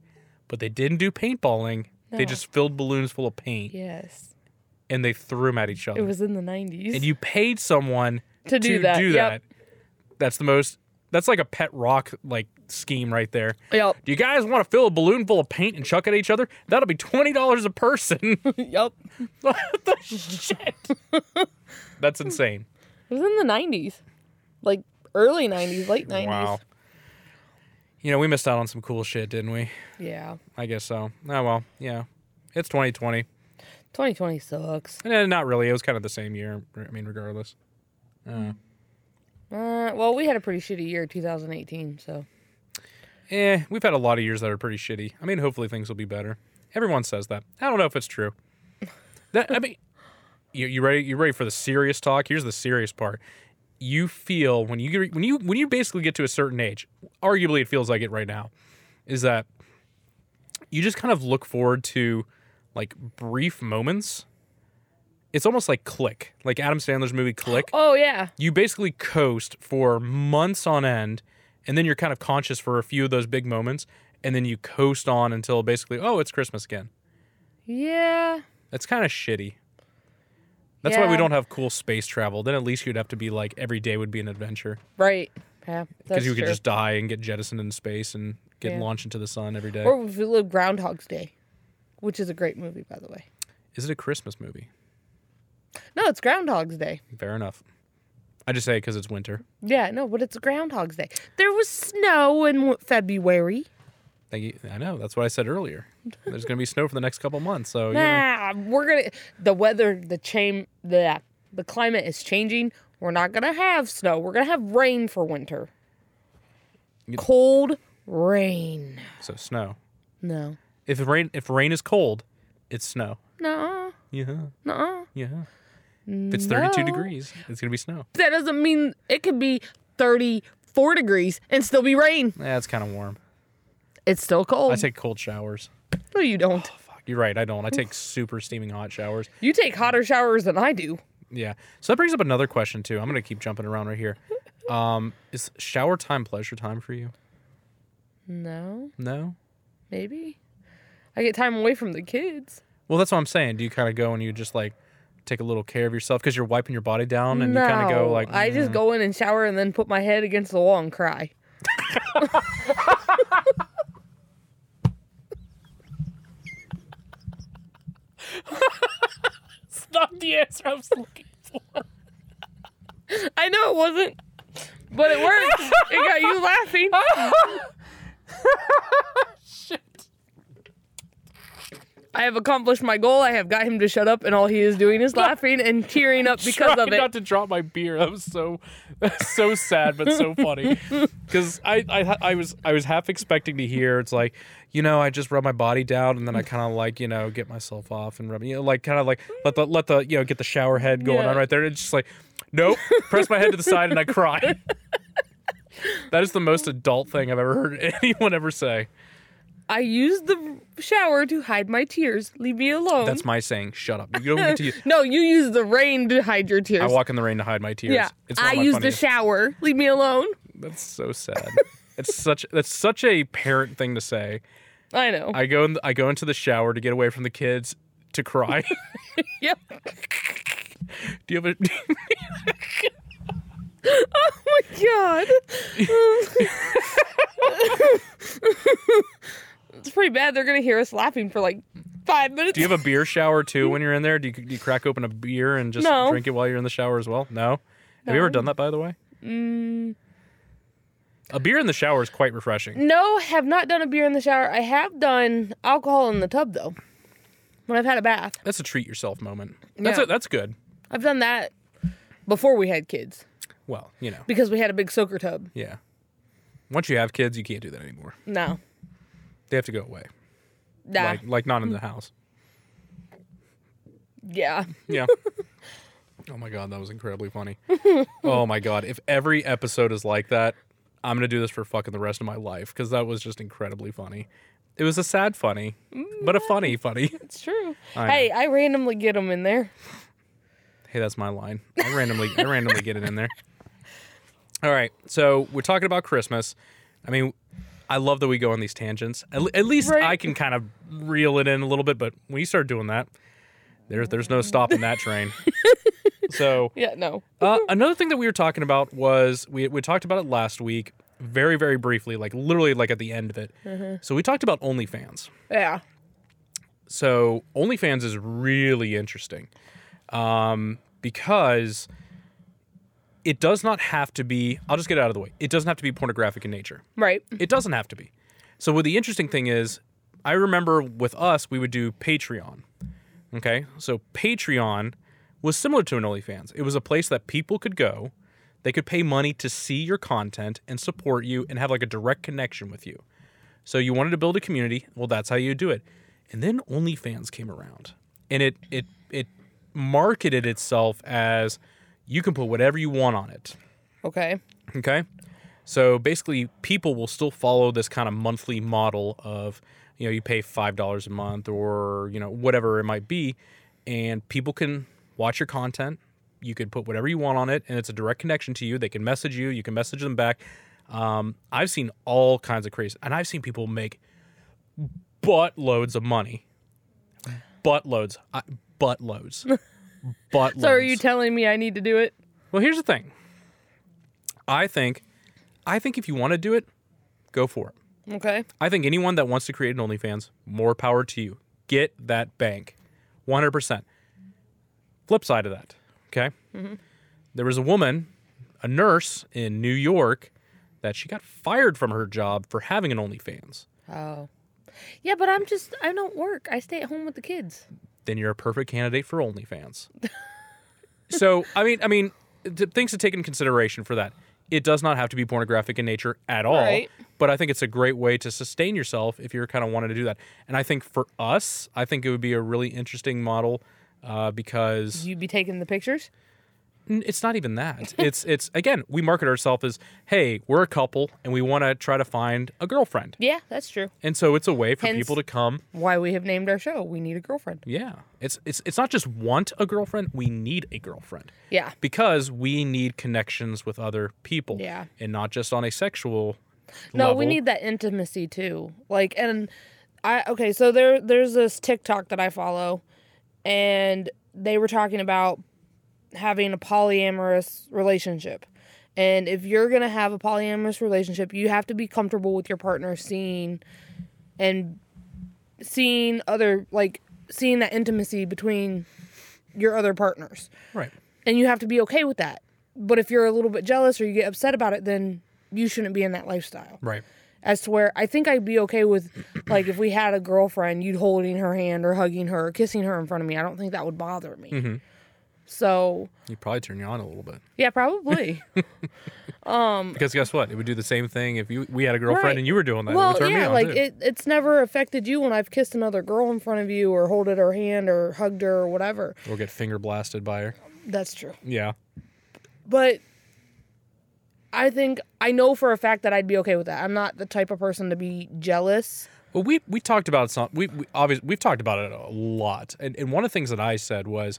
but they didn't do paintballing. They
No.
just filled balloons full of paint
Yes,
and they threw them at each
it
other.
was in the
and
nineties.
you paid someone
To do that, yep.
that. That's the most. That's like a pet rock like scheme right there.
Yep, *laughs*
Do you guys want to fill a balloon full of paint and chuck it at each other? That'll be twenty dollars a person. *laughs*
yep. *laughs* It
what the shit? that's insane.
was in the nineties, like early nineties, late nineties.
Wow. You know, we missed out on some cool shit, didn't we?
Yeah,
I guess so. Oh well, yeah. It's 2020.
twenty twenty sucks.
Eh, not really. It was kind of the same year. I mean, regardless.
Uh, well, we had a pretty shitty year, 2018. So
Eh, we've had a lot of years that are pretty shitty. I mean, hopefully things will be better. Everyone says that. I don't know if it's true. That I mean, you, you ready? You ready for the serious talk? Here's the serious part. You feel when you get, when you when you basically get to a certain age, arguably it feels like it right now, is that you just kind of look forward to like brief moments. It's almost like Click, like Adam Sandler's movie Click
oh yeah,
you basically coast for months on end and then you're kind of conscious for a few of those big moments and then you coast on until basically oh it's christmas again
yeah,
that's kind of shitty that's why we
Yeah.
don't have cool space travel then at least you'd have to be like every day would be an adventure
right. Yeah, that's
because you could
true.
just die and get jettisoned into space and get
Yeah.
launched into the sun every day
Or if we live Groundhog's Day, which is a great movie, by the way.
is it a christmas movie
No, it's Groundhog's Day.
fair enough i just say because it's winter
Yeah, no, but it's Groundhog's Day. There was snow in w- February.
Thank you. i know that's what i said earlier there's going to be snow for the next couple months so you know,
Nah, Ah, we're gonna the weather, the chain, the the climate is changing. We're not gonna have snow. We're gonna have rain for winter. Cold rain.
so snow
No,
If rain if rain is cold, it's snow.
no,
Yeah,
no.
yeah. If it's 32
No.
degrees, it's gonna be snow.
that doesn't mean it could be 34 degrees and still be rain.
Yeah, it's kind of warm.
It's still cold.
I take cold showers.
no, you don't.
Fuck, you're right. I don't. I take super steaming hot showers.
You take hotter showers than I do.
Yeah. So that brings up another question too. I'm gonna keep jumping around right
*laughs*
here. Um, is shower time pleasure time for you?
No,
No.
maybe. I get time away from the kids.
Well, that's what I'm saying. Do you kind of go and you just like take a little care of yourself because you're wiping your body down and you kind of go
No,
like, mm.
I just go in and shower and then put my head against the wall and cry.
it's not the answer I was looking for.
I know it wasn't, but it worked. it got you laughing. I have accomplished my goal. I have got him to shut up, and all he is doing is laughing and tearing up because of
Trying Not
it.
to drop my beer. That was so, *laughs* that was so sad, but so
*laughs*
funny. Because I, I, I was, I was half expecting to hear it's like, you know, I just rub my body down and then I kind of like, you know, get myself off and rub, you know, like kind of like let the, let the, you know, get the shower head going
Yeah.
on right there. It's just like, nope. press my head to the side and I
*laughs*
cry. that is the most adult thing I've ever heard anyone ever say.
I used the shower to hide my tears. Leave me alone.
That's my saying. Shut up. You don't need to. use-
no, you use the rain to hide your tears.
I walk in the rain to hide my tears.
yeah,
It's one
I
of my
use the
funniest-
shower. Leave me alone.
That's so sad. it's such that's such a parent thing to say.
I know.
I go in I go into the shower to get away from the kids to
*laughs*
cry.
yep.
do you have a
Oh my god. *laughs* it's pretty bad. They're gonna hear us laughing for like five minutes.
do you have a beer shower too when you're in there? Do you, do you crack open a beer and just
No.
drink it while you're in the shower as well? No. Have you ever done that by the way?
Mm.
A beer in the shower is quite refreshing.
no, have not done a beer in the shower. I have done alcohol in the tub though. When I've had a bath,
That's a treat yourself moment. That's
Yeah.
a, that's good.
I've done that before we had kids
Well, you know.
because we had a big soaker tub.
Yeah. Once you have kids, you can't do that anymore.
No,
They have to go away.
nah,
Like like not in
Mm.
the house.
yeah.
Yeah. *laughs* oh my god, that was incredibly funny. oh my god, if every episode is like that, I'm gonna do this for fucking the rest of my life because that was just incredibly funny. It was a sad funny, but a funny funny. *laughs*
It's true.
I know.
hey, I randomly get them in there.
Hey, that's my line. I randomly, I randomly get it in there. All right, so we're talking about Christmas. I mean, I love that we go on these tangents. At, le- at least
Right.
I can kind of reel it in a little bit. But when you start doing that, there's there's no stopping that train. so
Yeah, no.
uh, another thing that we were talking about was we we talked about it last week, very very briefly, like literally like at the end of it. So we talked about OnlyFans.
Yeah.
So OnlyFans is really interesting um, because it does not have to be. I'll just get it out of the way. It doesn't have to be pornographic in nature.
Right.
It doesn't have to be. So what the interesting thing is, I remember with us we would do Patreon. Okay, so Patreon was similar to an OnlyFans. It was a place that people could go, they could pay money to see your content and support you and have like a direct connection with you. So you wanted to build a community. Well, that's how you do it. And then OnlyFans came around, and it it it marketed itself as you can put whatever you want on it.
Okay.
Okay. So basically, people will still follow this kind of monthly model of, you know, you pay $5 a month or, you know, whatever it might be. And people can watch your content. You could put whatever you want on it, and it's a direct connection to you. They can message you, you can message them back. Um, I've seen all kinds of crazy, and I've seen people make buttloads of money. Buttloads. I-
*laughs*
Buttloads. buttloads.
So are you telling me I need to do it?
Well, here's the thing. I think, I think if you want to do it, go for it.
Okay.
I think anyone that wants to create an OnlyFans, more power to you. Get that bank, 100%. Flip side of that, okay? There was a woman, a nurse in New York, that she got fired from her job for having an OnlyFans.
Oh. Yeah, but I'm just I don't work. I stay at home with the kids.
Then you're a perfect candidate for OnlyFans. *laughs* so, I mean, I mean, th- things to take into consideration for that. It does not have to be pornographic in nature at all.
Right.
but I think it's a great way to sustain yourself if you're kind of wanting to do that. And I think for us, I think it would be a really interesting model uh, because
You be taking the pictures?
n- it's not even that. *laughs* it's it's again, we market ourselves as, hey, we're a couple and we want to try to find a girlfriend,
Yeah, that's true.
and so it's a way for
Hence-
people to come.
Why we have named our show. We need a girlfriend.
Yeah, it's it's it's not just want a girlfriend. We need a girlfriend
Yeah.
because we need connections with other people.
Yeah.
and not just on a sexual.
No, we
level.
need that intimacy too. Like and I okay, so there there's this TikTok that I follow and they were talking about having a polyamorous relationship. And if you're going to have a polyamorous relationship, you have to be comfortable with your partner seeing and seeing other like seeing that intimacy between your other partners.
Right.
And you have to be okay with that. But if you're a little bit jealous or you get upset about it, then you shouldn't be in that lifestyle.
Right.
As to where I think I'd be okay with like if we had a girlfriend, you'd holding her hand or hugging her or kissing her in front of me. I don't think that would bother me.
Mm-hmm.
So
You probably turn you on a little bit
yeah, *laughs* probably.
because guess what? It would do the same thing if you we had a girlfriend
Right.
and you were doing that. it would
well,
turn me
yeah,
on
like
too.
it, it's never affected you when I've kissed another girl in front of you or holded her hand or hugged her or whatever.
or get finger blasted by her.
That's true.
Yeah.
But I think I know for a fact that I'd be okay with that. I'm not the type of person to be jealous.
Well, we we talked about some. We, we obviously we've talked about it a lot, and and one of the things that I said was,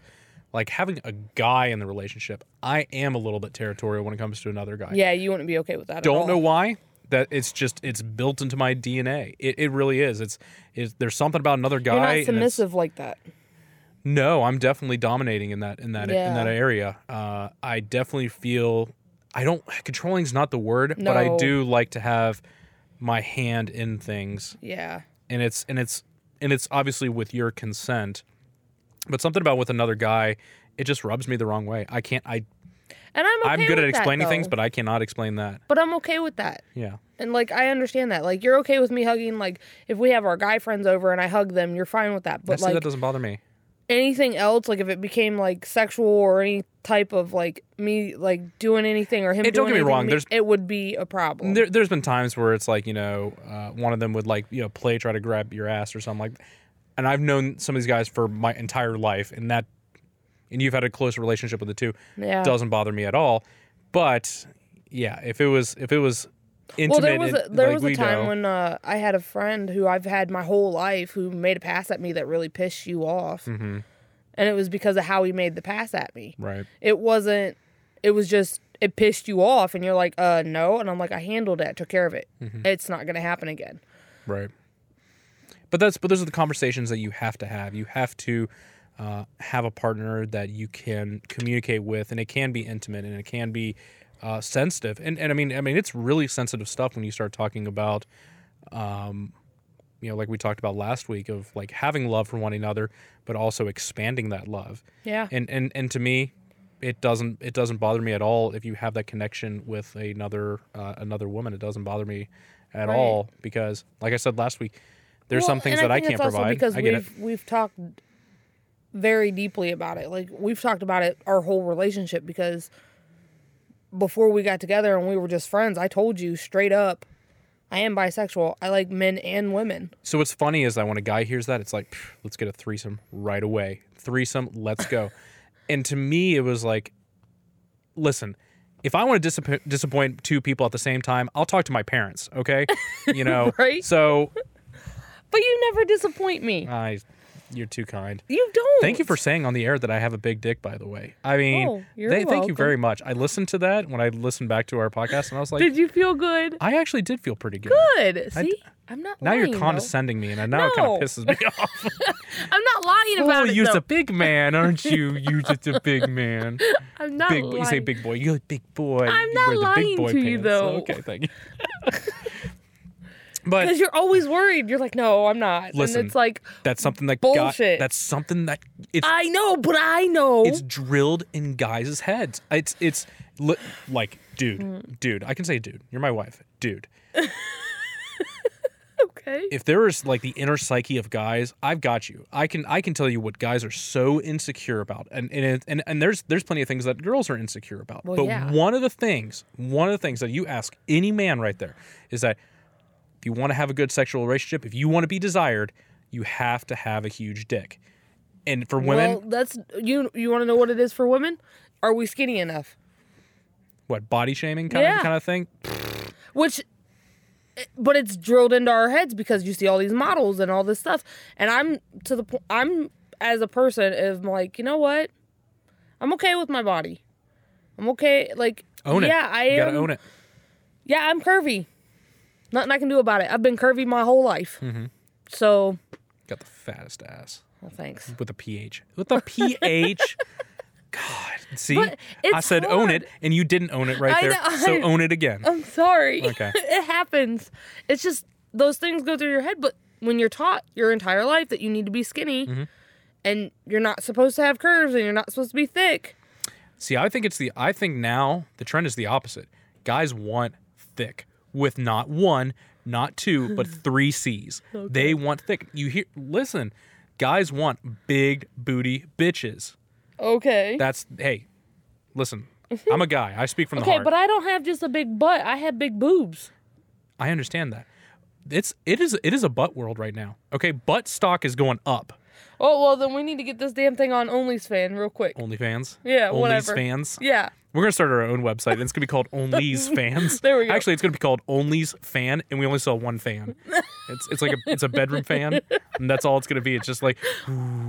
like having a guy in the relationship. I am a little bit territorial when it comes to another guy.
Yeah, you wouldn't be okay with that. at all.
Don't know why. That it's just it's built into my DNA. It, it really is. It's is there's something about another guy.
You're not
and it's-
submissive like that.
No, I'm definitely dominating in that in that in
Yeah.
that area. Uh, I definitely feel I don't controlling's not the word, but I
No.
do like to have my hand in things,
Yeah.
and it's and it's and it's obviously with your consent, but something about with another guy, it just rubs me the wrong way. I can't. I
And I'm okay
I'm good
with
at explaining
that,
things,
though.
but I cannot explain that.
but I'm okay with that.
Yeah,
And like I understand that. Like you're okay with me hugging like if we have our guy friends over and I hug them, you're fine with that.
I
But
see
like
that doesn't bother me.
anything else, like if it became like sexual or any type of like me like doing anything or him
And don't get
doing
me
anything to
wrong, there's-
it would be a problem.
There, there's been times where it's like you know, uh, one of them would like you know play try to grab your ass or something like, and I've known some of these guys for my entire life, and that, and you've had a close relationship with the two,
Yeah.
doesn't bother me at all, but yeah, if it was if it was
well,
intimate,
there was a,
and,
there
like
was
we
a time
know-
when uh, I had a friend who I've had my whole life who made a pass at me that really pissed you off,
Mm-hmm.
and it was because of how he made the pass at me.
right,
It wasn't. It was just it pissed you off, and you're like, uh, no, and I'm like, I handled it, took care of it.
Mm-hmm.
It's not gonna happen again.
right, but that's but those are the conversations that you have to have. You have to. Uh, have a partner that you can communicate with, and it can be intimate, and it can be uh, sensitive, and and I mean, I mean, it's really sensitive stuff when you start talking about um, you know, like we talked about last week of like having love for one another, but also expanding that love.
Yeah.
And and and to me, it doesn't it doesn't bother me at all if you have that connection with another uh, another woman. It doesn't bother me at
Right.
all because, like I said last week, there's some
Well,
things
and
that I
think
can't
it's also
provide.
Because
I get it.
we've we've talked very deeply about it. Like we've talked about it our whole relationship because before we got together and we were just friends, I told you straight up, I am bisexual. I like men and women.
So what's funny is that when a guy hears that, it's like, "Pff, let's get a threesome right away. Threesome, let's
*laughs*
go. and to me, it was like, listen, if I want to disapp- disappoint two people at the same time, I'll talk to my parents.
*laughs*
Okay, you know.
Right.
So
But you never disappoint me.
I, you're too kind.
You don't.
Uh, Thank
*laughs*
you for saying on the air that I have a big dick. By the way, I mean,
Oh, you're
they, thank you
welcome.
very much. I listened to that when I listened back to our podcast, and I was like,
Did you feel good?
I actually did feel pretty good.
Good. See, i I'm not.
Now
lying,
you're
though.
condescending me, and I- now it kind
No.
of pisses
*laughs*
me off.
I'm not lying about
oh,
it.
you're
though.
a big man, aren't you? You're just a big
*laughs*
man.
I'm not
Big boy.
lying.
You say big boy. You're a big boy.
I'm
You
not
wear the
lying to you, though.
Okay, thank you. *laughs* but
Because you're always worried. You're like, no, I'm not.
Listen,
and it's like,
that's something that
Bullshit.
got. That's something that it's
I know, but I know.
it's drilled in guys' heads. It's it's li- like,
Mm.
dude, dude. I can say, dude. You're my wife, dude.
okay.
if there is like the inner psyche of guys, I've got you. I can I can tell you what guys are so insecure about, and and it- and, and there's there's plenty of things that girls are insecure about. but
yeah.
one of the things, one of the things that you ask any man right there is that if you want to have a good sexual relationship, if you want to be desired, you have to have a huge dick. And for women,
Well, that's you. You want to know what it is for women? Are we skinny enough?
what body shaming kind of
Yeah.
kind of thing?
Which, eh, but it's drilled into our heads because you see all these models and all this stuff. And I'm to the point. I'm as a person, if I'm like, you know what, I'm okay with my body. I'm okay. Like,
Own it.
yeah, I
you
am.
gotta own it.
Yeah, I'm curvy.
Mm-hmm.
Nothing I can do about it. I've been curvy my whole life. So
Got the fattest ass.
Well, thanks.
with a ph. With a ph. *laughs* God, see,
But
I
it's
said own
hard.
it, and you didn't own it right
I
there.
know,
so
*laughs* I-
own it again.
*laughs* I'm sorry.
Okay.
*laughs* it happens. It's just those things go through your head, but when you're taught your entire life that you need to be skinny and you're not supposed to have curves and you're not supposed to be thick.
See, I think it's the I think now the trend is the opposite. Guys want thick with not one, not two,
*laughs*
but three C's. They want thick. You hear listen, guys want big booty bitches.
Okay.
That's hey, listen. I'm a guy. I speak from the
*laughs* okay,
heart.
but I don't have just a big butt. I have big boobs.
I understand that. It's it is it is a butt world right now. Okay, butt stock is going up.
Oh, well, then we need to get this damn thing on OnlyFans real quick.
OnlyFans.
Yeah,
OnlyFans.
whatever. Yeah.
We're gonna start our own website. and It's gonna be called
*laughs*
Only's Fans.
There we go.
Actually, it's gonna be called Only's Fan, and we only sell one
*laughs*
fan. It's it's like a it's a bedroom fan, and that's all it's gonna be. It's just like, *laughs* ooh,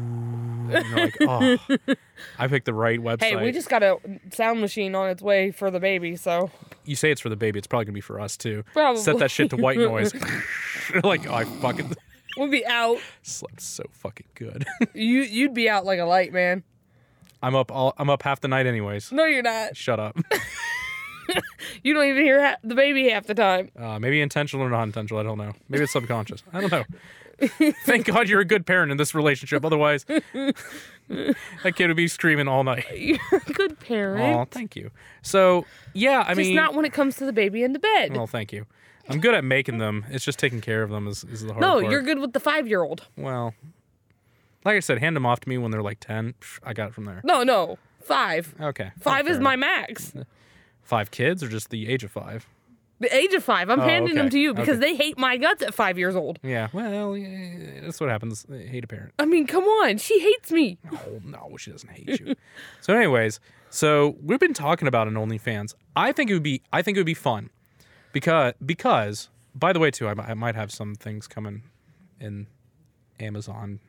and you're like,
*laughs*
oh, I picked the right website.
Hey, we just got a sound machine on its way for the baby, so.
you say it's for the baby. It's probably gonna be for us too. Set
Probably.
that shit to white noise.
*laughs*
*laughs* like, oh, I fucking *laughs*
We'll be out.
slept so fucking good. *laughs*
You you'd be out like a light, man.
I'm up all I'm up half the night anyways.
No, you're not.
Shut up.
You don't even hear ha- the baby half the time. *laughs*
Uh, maybe intentional or not intentional. I don't know. Maybe it's subconscious. I don't know. *laughs* Thank God you're a good parent in this relationship. Otherwise, *laughs* that kid would be screaming all night.
You're a good parent.
Oh, thank you. So, yeah, I
Just
mean, Oh,
not when it comes to the baby in the bed.
*laughs* well, thank you. I'm good at making them. It's just taking care of them is, is the hard
no,
part.
you're good with the five year old.
Well, like I said, hand them off to me when they're like 10. Psh, I got it from there.
No, no, five.
Okay.
Five
Oh,
is
fair
my
enough.
max.
Five kids or just the age of five?
The age of five. I'm handing them
Oh, okay.
to you because
Okay.
they hate my guts at five years old.
Yeah. Well, yeah, that's what happens. They hate a parent.
I mean, come on. She hates me.
Oh no, she doesn't hate you. so, anyways, so we've been talking about an OnlyFans. I think it would be, I think it would be fun because, because, by the way, too, I, mi- I might have some things coming in Amazon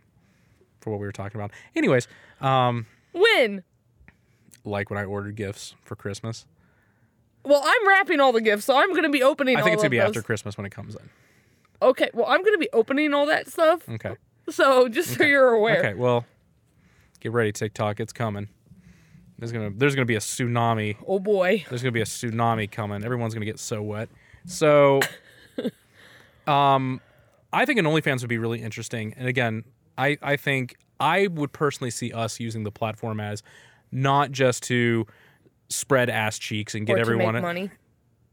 for what we were talking about. Anyways, um,
When?
like when I ordered gifts for Christmas,
Well, I'm wrapping all the gifts, so I'm going to be opening
I think
all
it's gonna
of
be
those.
after Christmas when it comes in.
Okay, well, I'm going to be opening all that stuff.
Okay.
So just so you're aware.
Mm. Okay. Well, get ready, TikTok. It's coming. There's gonna, there's gonna be a tsunami
Oh boy.
there's gonna be a tsunami coming. Everyone's gonna get so wet.
*laughs*
So, um, I think an OnlyFans would be really interesting. And again, I I think I would personally see us using the platform as not just to spread ass cheeks and get
Or to
everyone
make money.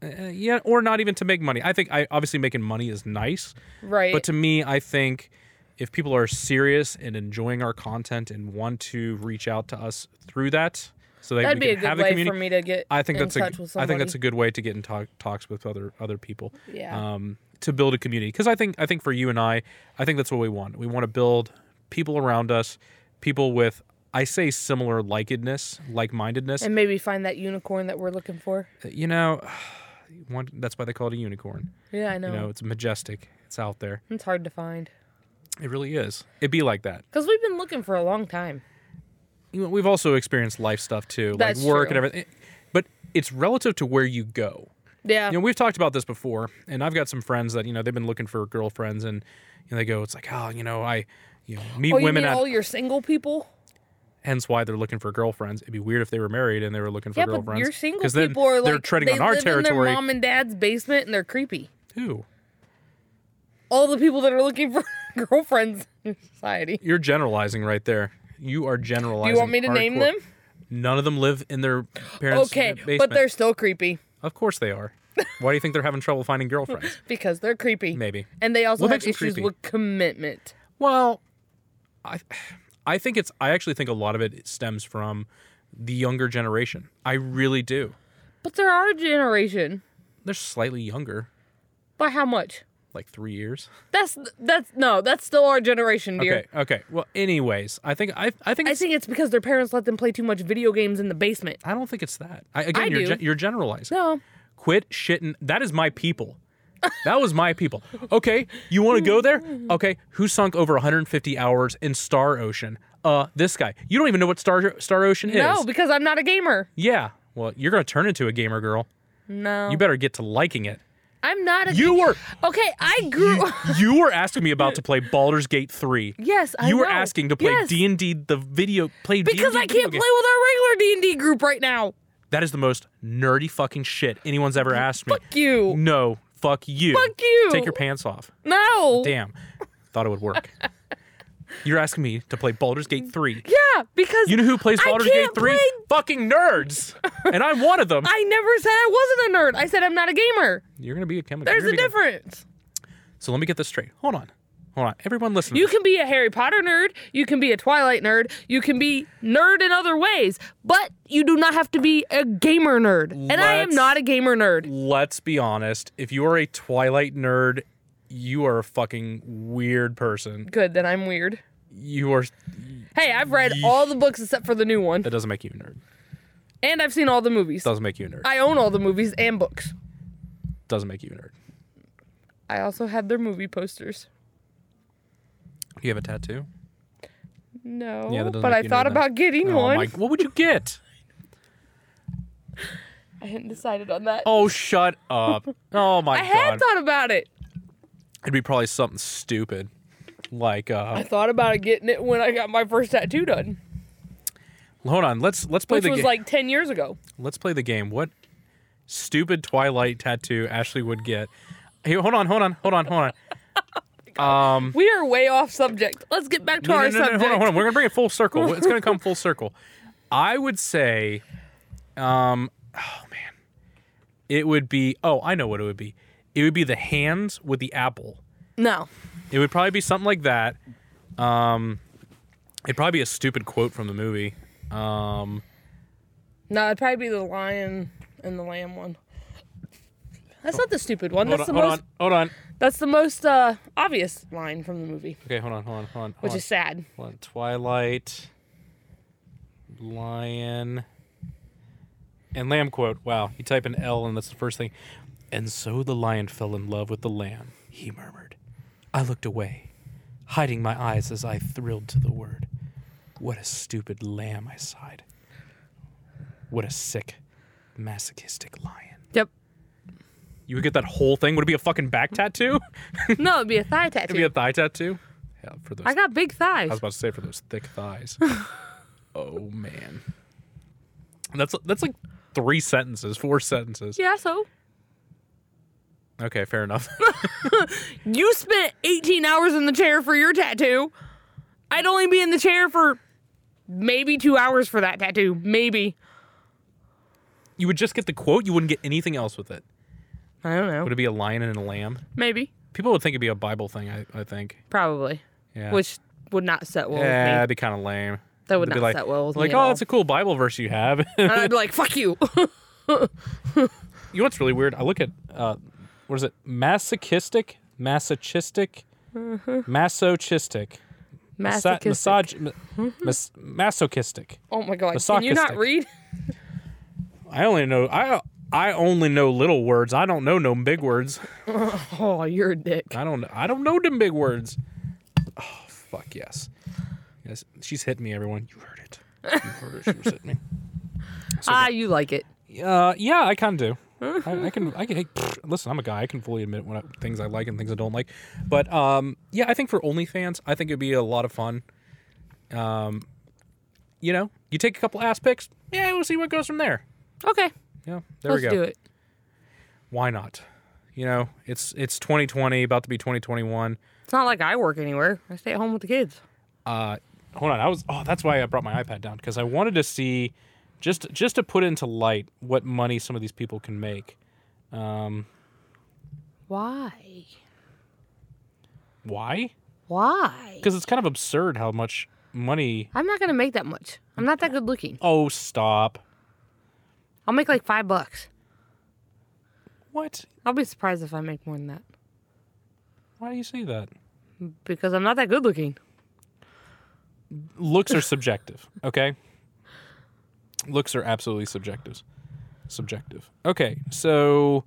Uh, yeah, or not even to make money. I think I obviously making money is nice,
Right.
but to me, I think if people are serious and enjoying our content and want to reach out to us through that, so that
That'd
we
be a
can
good
have the
way
community.
for me to get
I think
in
that's a
touch with
I
somebody.
think that's a good way to get in talk, talks with other other people.
Yeah.
Um, to build a community because I think I think for you and I, I think that's what we want. We want to build people around us, people with I say similar likedness, like mindedness.
and maybe find that unicorn that we're looking for.
You know, *sighs* one, that's why they call it a unicorn.
Yeah, I know.
You know, it's majestic. It's out there.
It's hard to find.
It really is. It'd be like that.
Because we've been looking for a long time.
You know, We've also experienced life stuff too,
That's
like work
true.
and everything. But it's relative to where you go.
Yeah.
you know we've talked about this before and i've got some friends that you know they've been looking for girlfriends and you know, they go it's like oh you know i you know meet
oh, you
women
mean
at
all your single people?
hence why they're looking for girlfriends it'd be weird if they were married and they were looking for
Yeah,
girlfriends
but your single
'cause then
people are like
they're treading
they
on our
live
territory
in their mom and dad's basement and they're creepy.
Who?
All the people that are looking for *laughs* girlfriends in society.
you're generalizing right there you are generalizing
You want me to name
hardcore.
them?
none of them live in their parents
Okay,
basement.
but they're still creepy
of course they are why do you think they're having trouble finding
*laughs*
girlfriends
because they're creepy.
maybe
And they also
What
have
makes them
issues
creepy?
with commitment.
Well, I I think it's I actually think a lot of it stems from the younger generation. I really do.
But they're our generation.
They're slightly younger,
By how much?
like 3 years.
That's that's no, that's still our generation, dear.
Okay, okay. Well, anyways, I think I I think
I
it's,
think it's because their parents let them play too much video games in the basement.
I don't think it's that. I, again,
I
you're
do.
gen- you're generalizing.
No.
Quit shitting. That is my people. That was my people. Okay, you want to go there?
*laughs*
Okay, who sunk over 150 hours in Star Ocean? Uh, this guy. You don't even know what Star Star Ocean is.
No, because I'm not a gamer.
Yeah. Well, you're gonna turn into a gamer girl.
No.
You better get to liking it.
I'm not a
You were
Okay, I grew
you were asking me about to play Baldur's Gate 3.
Yes, I
you were
know.
asking to play
Yes.
D&D the video play
*laughs* because
D&D
I can't
video game.
play with our regular D&D group right now.
That is the most nerdy fucking shit anyone's ever asked me.
Fuck you.
No, fuck you.
Fuck you.
Take your pants off.
No.
Damn. Thought it would
*laughs*
work. You're asking me to play Baldur's Gate 3.
Yeah, because
You know who plays
I
Baldur's Gate
can't
3?
play-
Fucking nerds. And I'm one of
*laughs*
them.
I never said I wasn't a nerd. I said I'm not a gamer.
You're going to be a chemical.
There's a difference.
So let me get this straight. Hold on. Hold on. Everyone listen.
You can be a Harry Potter nerd, you can be a Twilight nerd, you can be nerd in other ways, but you do not have to be a gamer nerd. And I am
Let's-
not a gamer nerd.
Let's be honest. If you are a Twilight nerd, you are a fucking weird person.
Good, then I'm weird.
You are.
Hey, I've read
Yeesh.
all the books except for the new one,
That doesn't make you a nerd.
and I've seen all the movies.
Doesn't make you a nerd.
I own all the movies and books.
Doesn't make you a nerd.
I also had their movie posters.
You have a tattoo?
No,
Yeah, that doesn't
but
make
I
you
thought
nerd, no.
about getting
Oh
one.
my. What would you get?
*laughs* I hadn't decided on that.
Oh, shut
*laughs*
up. Oh my
I
god.
had thought about it.
It'd be probably something stupid. Like uh
I thought about it getting it when I got my first tattoo done,
hold on, let's let's play
which
the
was
game.
like 10 years ago.
let's play the game. What stupid Twilight tattoo Ashley would get. Here, hold on, hold on, hold on, hold on. um
We are way off subject. Let's get back to
no,
our
no, no, no,
subject.
hold on, hold on. We're gonna bring it full circle. It's gonna come full circle. I would say um oh man. It would be oh, I know what it would be. It would be the hands with the apple.
No.
It would probably be something like that. Um, it'd probably be a stupid quote from the movie. Um,
No, it'd probably be the lion and the lamb one. That's not the stupid one.
hold
That's
on,
the
hold
most
on, hold on.
that's the most uh, obvious line from the movie,
Okay, hold on, hold on, hold on.
which
hold
is sad.
on. Hold on. Twilight, lion, and lamb quote. Wow, you type an L and that's the first thing. And so the lion fell in love with the lamb. He murmured. I looked away, hiding my eyes as I thrilled to the word. What a stupid lamb! I sighed. What a sick, masochistic lion.
Yep.
You would get that whole thing. Would it be a fucking back tattoo?
*laughs*
*laughs*
No, it'd be a thigh tattoo.
It'd be a thigh tattoo. Yeah, for those.
I
I,
got big thighs.
was about to say for those thick
*laughs*
thighs. oh man, that's that's like three sentences, four sentences.
Yeah, so
Okay, fair enough. *laughs*
you spent 18 hours in the chair for your tattoo. I'd only be in the chair for maybe two hours for that tattoo. Maybe.
you would just get the quote. You wouldn't get anything else with it.
I don't know.
Would it be a lion and a lamb?
Maybe.
People would think it'd be a Bible thing. I, I think.
Probably.
Yeah.
Which would not set well
yeah,
with
that'd be kind of lame.
That would
They'd be
not
like,
set well with
like,
me at
oh,
all."
that's a cool Bible verse you have. *laughs*
me. And I'd be like, fuck you.
You know what's really weird? I look at uh, what is it? Masochistic, masochistic, masochistic, Masa-
Mm-hmm. Masochistic. Mm-hmm.
Massage, ma- mas- masochistic.
Oh my god. Can you not
Masochistic.
read?
I only know I I only know little words. I don't know no big words.
Oh, you're a dick.
I don't I don't know them big words. Oh fuck yes, yes. She's hitting me. Everyone, you heard it. You heard it. She was hitting me.
ah, you like it. *laughs*
Uh, yeah, I kind of do. I, I can, I can. hey, pfft, listen, I'm a guy. I can fully admit when I, things I like and things I don't like. But um, yeah, I think for OnlyFans, I think it'd be a lot of fun. Um, you know, you take a couple ass pics. Yeah, we'll see what goes from there.
Okay.
Yeah, there
let's
we go.
do it.
Why not? You know, it's it's 2020, about to be 2021.
It's not like I work anywhere. I stay at home with the kids.
Uh, hold on, I was. Oh, that's why I brought my iPad down because I wanted to see, just just to put into light what money some of these people can make. Um,
Why?
why?
Why?
because it's kind of absurd how much money.
I'm not gonna make that much. I'm not that good looking.
Oh, stop!
I'll make like five bucks.
What?
I'll be surprised if I make more than that
Why do you say that?
because I'm not that good looking.
Looks are subjective. Okay. Looks are absolutely subjective. Subjective. Okay, so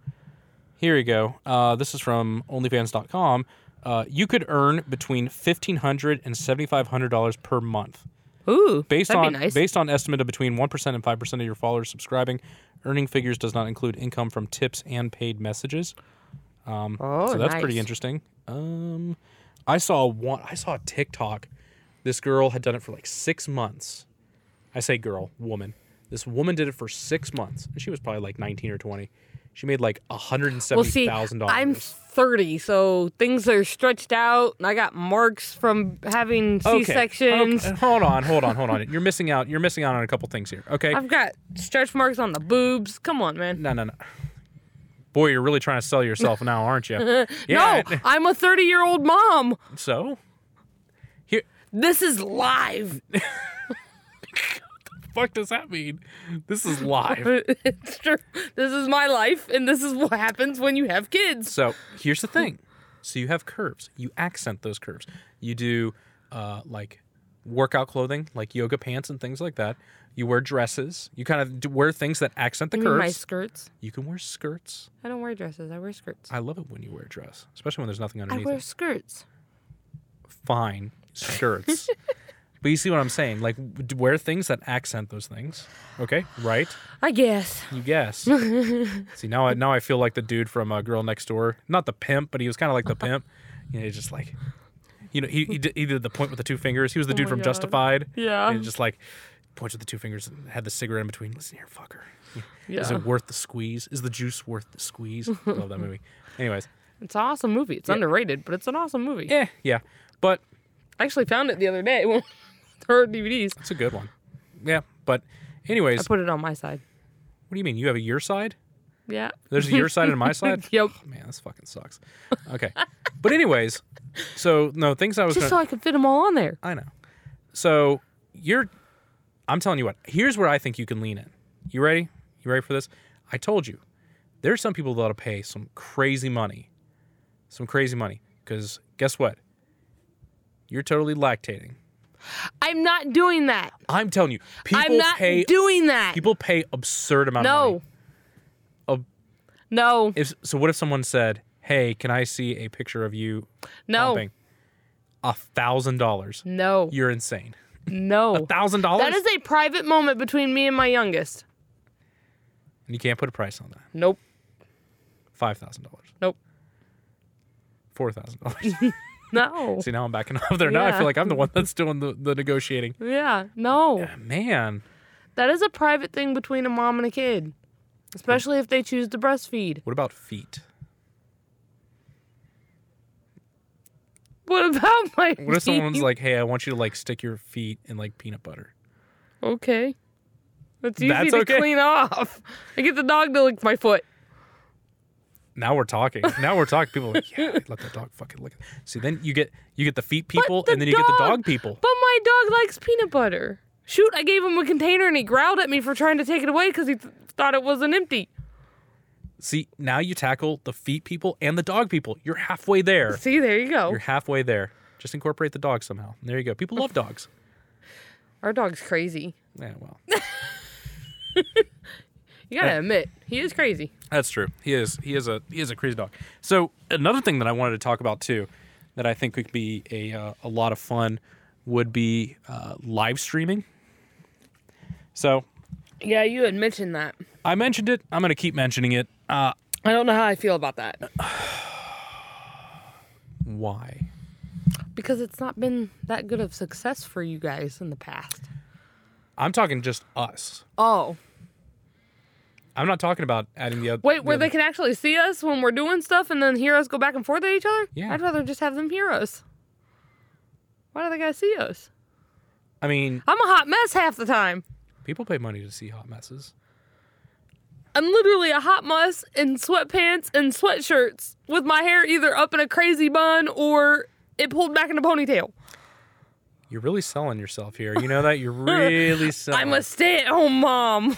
here we go. Uh, this is from OnlyFans.com. Uh, you could earn between fifteen hundred and seventy five hundred dollars per month.
Ooh,
Based
that'd
on
be nice.
based on estimate of between one percent and five percent of your followers subscribing, earning figures does not include income from tips and paid messages. Um,
Oh,
so that's pretty
nice.
interesting. Um, I saw one. I saw a TikTok. This girl had done it for like six months. I say girl, woman. This woman did it for six months, and she was probably like nineteen or twenty. She made like a hundred and
Well,
seventy
see,
thousand
I'm
dollars.
30, so things are stretched out. and I got marks from having C sections.
Okay. Hold on, hold on, hold on. You're missing out. You're missing out on a couple things here. Okay.
I've got stretch marks on the boobs. Come on, man.
no, no, no. Boy, you're really trying to sell yourself now, aren't you? Yeah.
*laughs*
*laughs*
No, I'm a 30 year old mom.
So, here,
This
*laughs*
is live.
fuck does that mean? This is live.
it's true. This is my life, and this is what happens when you have kids.
So here's the thing. So you have curves. You accent those curves. You do uh, like workout clothing, like yoga pants and things like that. You wear dresses. You kind of do wear things that accent the
I mean, my
curves.
skirts.
You can wear skirts.
I don't wear dresses. I wear skirts.
I love it when you wear a dress, especially when there's nothing
I
underneath.
wear
it.
skirts.
Fine
*laughs*
skirts. but you see what I'm saying? Like w- wear things that accent those things. Okay, right?
I guess.
You
*laughs*
guess. See now, I now I feel like the dude from uh, Girl Next Door. Not the pimp, but he was kind of like the pimp. You know, he's just like, you know, he he did, he did the point with the two fingers. He was the dude
Oh my
from
God.
Justified.
Yeah.
and he just like points with the two fingers and had the cigarette in between. Listen here, fucker. Is
Yeah.
it worth the squeeze? Is the juice worth the squeeze? Love that
*laughs*
movie. Anyways,
It's an awesome movie. It's underrated, but it's an awesome movie.
yeah, yeah, but
I actually found it the other day *laughs* when her DVDs.
it's a good one. Yeah, but anyways,
I put it on my side.
what do you mean? You have a your side?
Yeah.
There's a your side and my side.
*laughs* Yep.
Oh, Man, this fucking sucks. Okay, *laughs* but anyways, so no things I was
Just
gonna-
so I could fit them all on there.
I know. So you're, I'm telling you what. Here's where I think you can lean in. You ready? You ready for this? I told you, there are some people that'll pay some crazy money, some crazy money. Because guess what? You're totally lactating.
I'm not doing that.
I'm telling you, people
I'm not
pay
doing that.
people pay absurd amount of
no.
money. Oh. Of-
no.
If so, what if someone said, "Hey, can I see a picture of you
No.
pumping?" A thousand dollars.
No.
You're insane.
No.
Thousand dollars,
That is a private moment between me and my youngest.
and you can't put a price on that.
Nope.
Five thousand dollars.
Nope.
four thousand
*laughs*
dollars.
No.
See, now I'm backing off there. Now I
Yeah.
feel like I'm the one that's doing the, the negotiating.
*laughs* Yeah. No.
Man,
That is a private thing between a mom and a kid, especially if they choose to breastfeed.
what about feet?
What about my?
What if someone's
*laughs* teeth?
like, "Hey, I want you to like stick your feet in like peanut butter"?
Okay. That's easy
That's
to
okay.
clean off. I get the dog to lick my foot.
Now we're talking. Now we're talking. People are like, "Yeah, let the dog fucking lick." it." See, then you get you get the feet people,
the
and then you get the
dog-
dog people.
But my dog likes peanut butter. Shoot, I gave him a container and he growled at me for trying to take it away because he th- thought it wasn't empty.
See, now you tackle the feet people and the dog people. You're halfway
*laughs*
there.
See, there you go.
You're halfway there. Just incorporate the dog somehow. There you go. People love
*laughs*
dogs.
Our dog's crazy.
Yeah, well,
You
Uh.
gotta admit, he is crazy.
*laughs* That's true. He is he is a he is a crazy dog. So another thing that I wanted to talk about too, that I think could be a uh, a lot of fun, would be uh, live streaming. So
Yeah, you had mentioned that.
I mentioned it. I'm going to keep mentioning it. Uh,
I don't know how I feel about that
why?
because it's not been that good of success for you guys in the past.
I'm talking just us.
Oh,
I'm not talking about adding the other.
wait, where
the
they
other-
can actually see us when we're doing stuff and then hear us go back and forth at each other?
Yeah.
I'd rather just have them hear us. Why do they gotta see us?
I mean,
I'm a hot mess half the time.
people pay money to see hot messes.
I'm literally a hot mess in sweatpants and sweatshirts with my hair either up in a crazy bun or it pulled back in a ponytail.
You're really selling yourself here. You know that
*laughs*
you're really selling.
I'm a stay at home mom.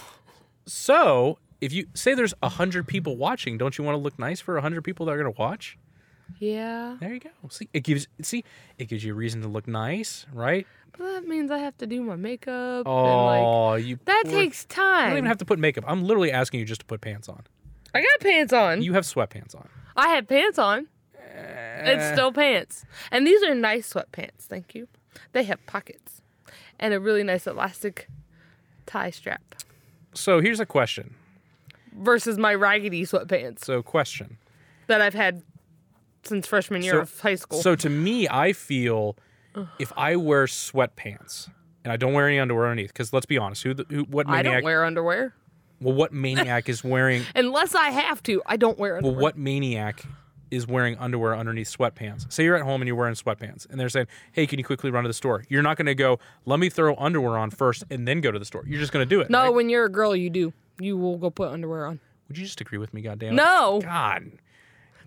So if you say there's a hundred people watching, don't you want to look nice for a hundred people that are going to watch?
Yeah.
There you go. See, it gives see, it gives you a reason to look nice, right?
But that means I have to do my makeup and like
Oh, you.
that
poor-
takes
You
time. Mm-hmm.
don't even have to put makeup. I'm literally asking you just to put pants on.
I got pants on.
You have sweatpants on.
I had pants on. It's
Eh.
still pants. And these are nice sweatpants, thank you. They have pockets and a really nice elastic tie strap
So here's a question.
versus my raggedy sweatpants.
So question.
that I've had since freshman year
So-
of high school.
So to me, I feel if I wear sweatpants and I don't wear any underwear underneath, because let's be honest, who, the, who what
I
maniac?
don't wear underwear
well, what maniac is wearing?
unless I have to. I don't wear
Well,
underwear.
what maniac is wearing underwear underneath sweatpants? Say you're at home and you're wearing sweatpants, and they're saying, "Hey, can you quickly run to the store?" You're not going to go. Let me throw underwear on first and then go to the store. You're just going to do it.
no,
right?
when you're a girl, you do. You will go put underwear on.
Would you just agree with me? Goddamn. it?
No,
God.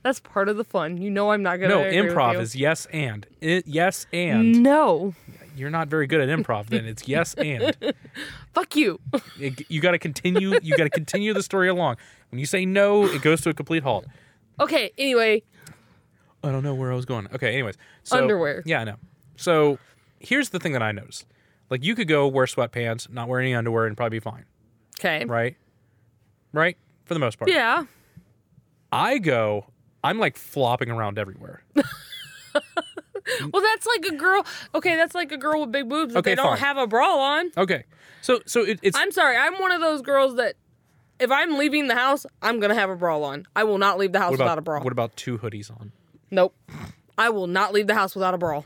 that's part of the fun. You know I'm not gonna.
No.
agree with you. Mm.
Improv is yes and I- yes and.
no.
You're not very good at improv. Then it's yes
*laughs*
and.
Fuck you. *laughs*
It- you got to continue. You got to continue the story along. When you say no, it goes to a complete halt.
Okay. Anyway,
I don't know where I was going. Okay, anyways. So,
Underwear.
Yeah, I know. So here's the thing that I noticed. Like you could go wear sweatpants, not wear any underwear, and probably be fine,
okay.
right? Right? For the most part.
Yeah.
I go, I'm like flopping around
*laughs*
everywhere.
Well, that's like a girl. Okay, that's like a girl with big boobs. If
Okay,
they don't
fine.
have a bra on.
Okay. So so it, it's
I'm sorry. I'm one of those girls that if I'm leaving the house, I'm gonna have a bra on. I will not leave the house
what about
without a bra.
What about two hoodies on?
nope. I will not leave the house without a bra.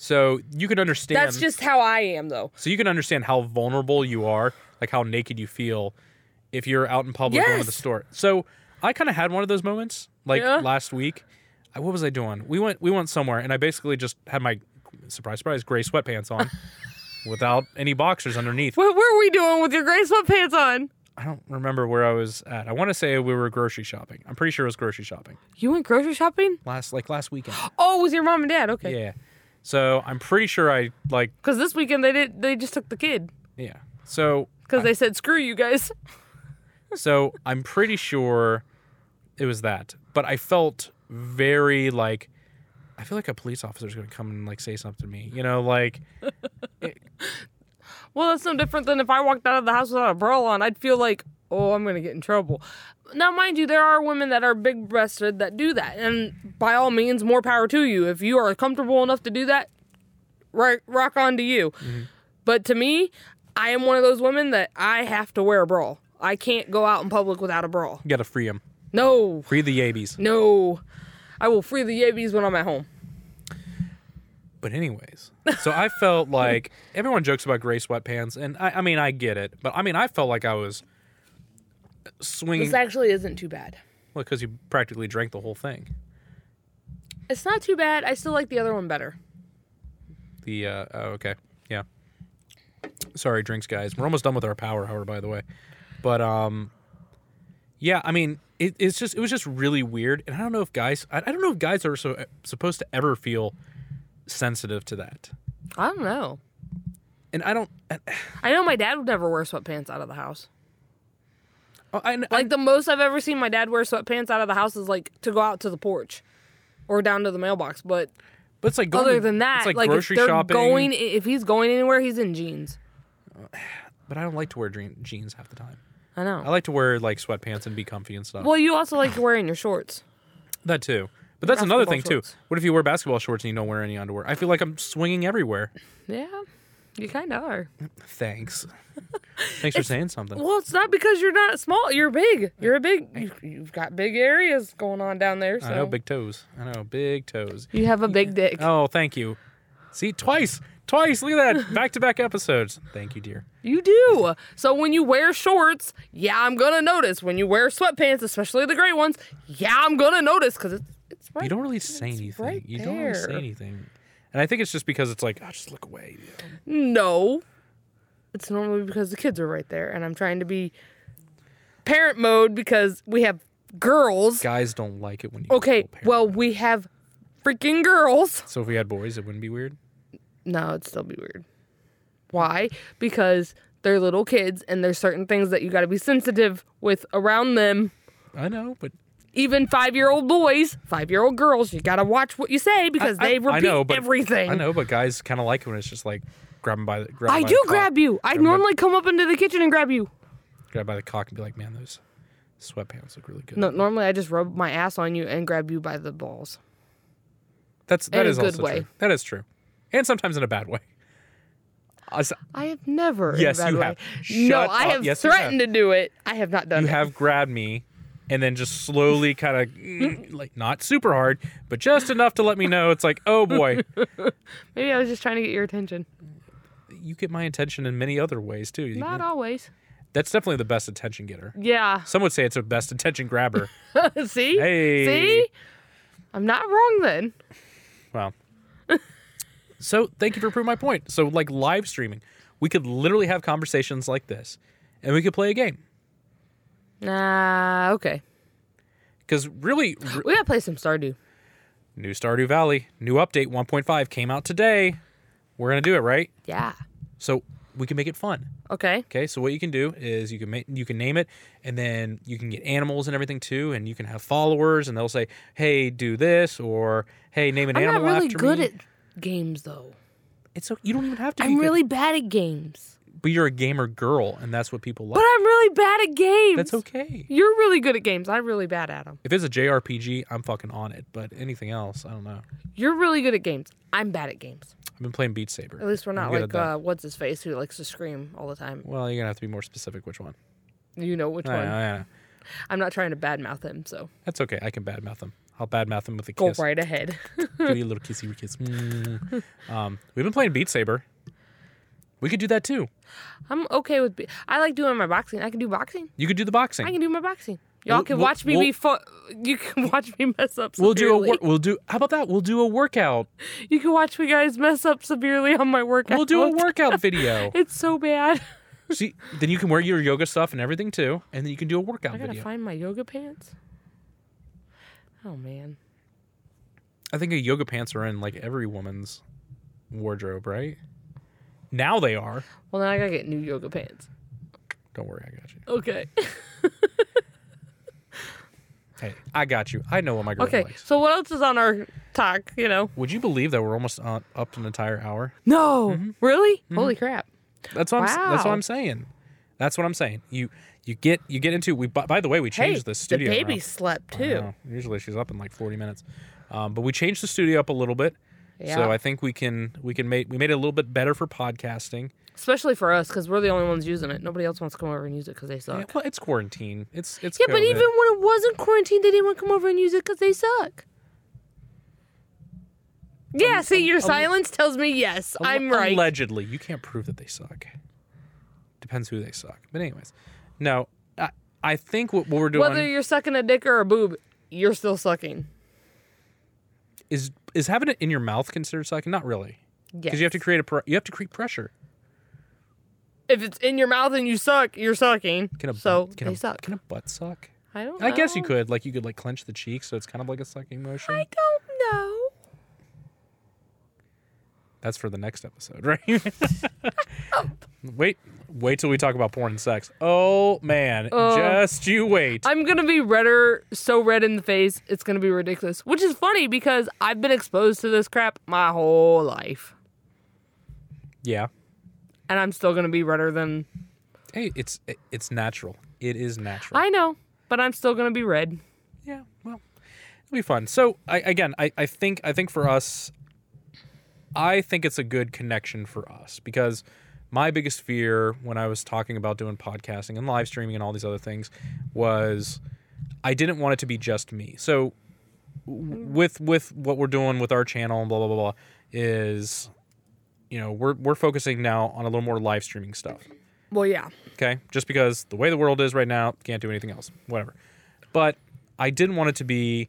So you can understand
That's just how I am, though.
so you can understand how vulnerable you are, like how naked you feel if you're out in public going to the
Yes.
store. So I kind of had one of those moments like
Yeah.
last week. I, what was I doing? We went we went somewhere and I basically just had my surprise surprise gray sweatpants
*laughs*
on without any boxers underneath.
What were we doing with your gray sweatpants on?
I don't remember where I was at. I want to say we were grocery shopping. I'm pretty sure it was grocery shopping.
You went grocery shopping?
Last like last
*gasps*
weekend.
Oh, it was your mom and dad? Okay.
yeah. So I'm pretty sure I like
Because this weekend they did. They just took the kid
yeah. So
because they said screw you guys.
So I'm pretty sure it was that. But I felt very like I feel like a police officer's gonna come and like say something to me. You know, like
Well, that's no different than if I walked out of the house without a bra on. I'd feel like, oh, I'm going to get in trouble. Now, mind you, there are women that are big breasted that do that. And by all means, more power to you. If you are comfortable enough to do that, rock, rock on to you. But to me, I am one of those women that I have to wear a bra. I can't go out in public without a bra.
you gotta free him.
No,
Free the yabies.
no. I will free the yabies when I'm at home.
But anyways. So I *laughs* felt like everyone jokes about gray sweatpants and I, I mean I get it. But I mean I felt like I was swinging
This
Mm.
actually isn't too bad.
because you practically drank the whole thing.
It's not too bad. I still like the other one better.
The uh oh, okay. Yeah. Sorry, drinks guys. We're almost done with our power hour, by the way. But um yeah, I mean, it, it's just it was just really weird, and I don't know if guys, I, I don't know if guys are so supposed to ever feel sensitive to that,
I don't know.
and I don't, I,
I know my dad would never wear sweatpants out of the house.
I, I-
Like the most I've ever seen my dad wear sweatpants out of the house is like to go out to the porch or down to the mailbox. But
but it's like going,
other
to-
than that,
it's like,
like, if
grocery
they're
shopping.
going, if he's going anywhere, he's in jeans.
but I don't like to wear dream, jeans half the time.
I know.
I like to wear like sweatpants and be comfy and stuff.
well, you also like wearing your shorts.
that too. But that's another thing
Basketball
too.
shorts.
What if you wear basketball shorts and you don't wear any underwear? I feel like I'm swinging everywhere.
Yeah, you kind of are.
Thanks. Thanks for saying something.
Well, it's not because you're not small. You're big. You're a big. You, you've got big areas going on down there. So
I know big toes. I know big toes.
you have a big dick.
Oh, thank you. See, twice, twice. Look at
*laughs*
that, back to back episodes. Thank you, dear.
You do. So when you wear shorts, yeah, I'm gonna notice. When you wear sweatpants, especially the gray ones, yeah, I'm gonna notice because it's it's right
You don't really say anything.
right
you don't really say
there.
anything. And I think it's just because it's like, oh, just look away.
No. It's normally because the kids are right there and I'm trying to be parent mode because we have girls.
Guys don't like it when you.
Okay,
feel parent.
well, we have freaking girls.
So if we had boys, it wouldn't be weird.
No, it'd still be weird. Why? Because they're little kids and there's certain things that you got to be sensitive with around them.
I know, but
Even five year old boys, five year old girls, you got to watch what you say because
I-
they
I
repeat
know, but-
everything.
I know, but guys kind of like it when it's just like grabbing by the. Grab
I do grab you. I normally come up into the kitchen and grab you.
Grab by the cock and be like, man, those sweatpants look really good.
No, normally I just rub my ass on you and grab you by the balls.
That's that
in a
is
good
also
way.
true. That is true, and sometimes in a bad way. I s-
I have never. in a
Yes,
bad
you
way.
have.
no,
Shut
I
up.
have
Yes, you have.
threatened to do it. I have not done
you
it.
have grabbed me and then just slowly kind
Mm-hmm.
of like not super hard, but just enough to let me know it's like, oh boy,
Maybe I was just trying to get your attention.
you get my attention in many other ways too. You-
Not always.
That's definitely the best attention getter.
Yeah. *laughs*
Some would say it's a best attention grabber.
See?
Hey.
See? I'm not wrong then.
Wow. so thank you for proving my point. So like live streaming, we could literally have conversations like this, and we could play a game
Nah, okay.
because really, r-
We gotta play some Stardew.
new Stardew Valley, new update 1.5 came out today. We're gonna do it right,
Yeah.
so we can make it fun.
Okay.
Okay, so what you can do is you can make you can name it, and then you can get animals and everything too, and you can have followers, and they'll say, "Hey, do this," or "Hey, name an
I'm not
animal
really
after
good
me."
at games though.
it's so you don't even have to. be
I'm
good,
really bad at games.
but you're a gamer girl, and that's what people
But
like.
I'm really bad at games.
That's okay.
You're really good at games. I'm really bad at them.
If it's a JRPG, I'm fucking on it. But anything else, I don't know.
You're really good at games. I'm bad at games.
I've been playing Beat Saber.
At least we're not
I'm good
like
at that.
uh, what's his face who likes to scream all the time.
Well, you're gonna have to be more specific. Which one?
You know which
I know,
one.
I know.
I'm not trying to badmouth him, so
That's okay. I can badmouth them. I'll badmouth them with a
go
kiss.
right ahead. *laughs*
Give you a little kissy kiss. Mm. um, we've been playing Beat Saber. We could do that too.
I'm okay with. Be- I like doing my boxing. I can do boxing.
You could do the boxing.
I can do my boxing. Y'all
We'll-
can
we'll-
watch me
we'll-
be. Fu- you can *laughs* watch me mess up. Severely.
we'll do a wor- we'll do how about that? We'll do a workout.
You can watch me guys mess up severely on my workout.
We'll do a workout
*laughs*
video.
It's so bad.
See, then you can wear your yoga stuff and everything too, and then you can do a workout
I gotta
video.
find my yoga pants. Oh man.
I think a yoga pants are in like every woman's wardrobe, right? Now they are.
Well, then I gotta get new yoga pants.
Don't worry, I got you. *laughs*
Okay.
Hey, I got you. I know what my girl
Okay.
likes.
So what else is on our talk? You know.
Would you believe that we're almost on, up an entire hour?
No.
Mm-hmm.
Really? Holy crap.
That's what I'm, s- that's what
Wow.
I'm saying. That's what I'm saying. You you get you get into we by, by the way we
Hey,
changed the studio.
the
around.
baby slept
I
too.
know. Usually she's up in like 40 minutes, um, but we changed the studio up a little bit.
Yeah.
So I think we can we can make we made it a little bit better for podcasting.
Especially for us, because we're the only ones using it. Nobody else wants to come over and use it because they suck.
Yeah, well, it's quarantine. It's it's
Yeah, but
COVID.
even when it wasn't quarantine, they didn't want to come over and use it because they suck. Yeah, see, your silence tells me yes,
Al-
I'm right.
Allegedly, you can't prove that they suck. Depends who they suck. But anyways, no, I, I think what, what we're doing
Whether you're sucking a dick or a boob, you're still sucking.
is is having it in your mouth considered sucking? Not really,
Yes.
because you have to create a pr- you have to create pressure.
if it's in your mouth and you suck, you're sucking.
Can a
so
butt, can
they
a,
suck.
Can a butt suck?
I don't.
I guess you
know.
could like you could like clench the cheek, so it's kind of like a sucking motion.
I don't know.
That's for the next episode, *laughs* right? wait, wait till we talk about porn and sex. Oh man, just you wait.
I'm gonna be redder, so red in the face, it's gonna be ridiculous. Which is funny because I've been exposed to this crap my whole life,
yeah.
and I'm still gonna be redder than
Hey, it's it's natural. It is natural.
I know, but I'm still gonna be red.
yeah well it'll be fun so I, again I, I think i think for us i think it's a good connection for us because my biggest fear when i was talking about doing podcasting and live streaming and all these other things was i didn't want it to be just me so w- with with what we're doing with our channel and blah blah blah, blah is you know we're we're focusing now on a little more live streaming stuff
Well, yeah.
okay just because the way the world is right now can't do anything else whatever but i didn't want it to be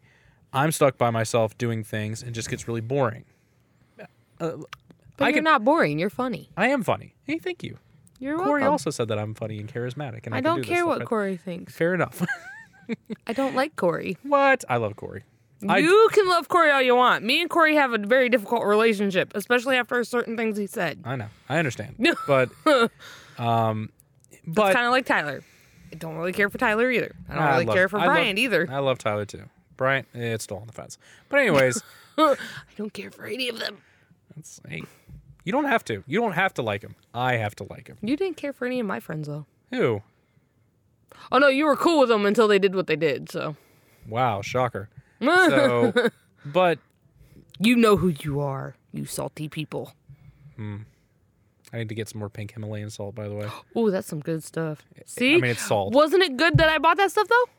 i'm stuck by myself doing things and just gets really boring
But
I
you're
can-
not boring. You're funny.
i am funny hey thank you
You're
corey
welcome.
also said that i'm funny and charismatic and i,
I
can do
don't
this
care
stuff,
what
right?
Corey thinks.
fair enough *laughs*
I don't like Corey.
what i love corey I-
you can love Corey all you want. Me and Corey have a very difficult relationship, especially after certain things he said.
i know i
*laughs*
understand but um but
It's kind of like Tyler. I don't really care for Tyler either. I don't
I
really
love-
care for
I love-
Brian either.
i love tyler too brian eh, it's still on the fence but
*laughs*
anyways
I don't care for any of them.
it's, hey, you don't have to you don't have to like him i have to like him
You didn't care for any of my friends though.
who
Oh no, you were cool with them until they did what they did. So
wow
*laughs*
shocker so but
you know who you are, you salty people.
I need to get some more pink Himalayan salt, by the way.
Oh, that's some good stuff. See,
mean, it's salt.
Wasn't it good that I bought that stuff though?
*gasps*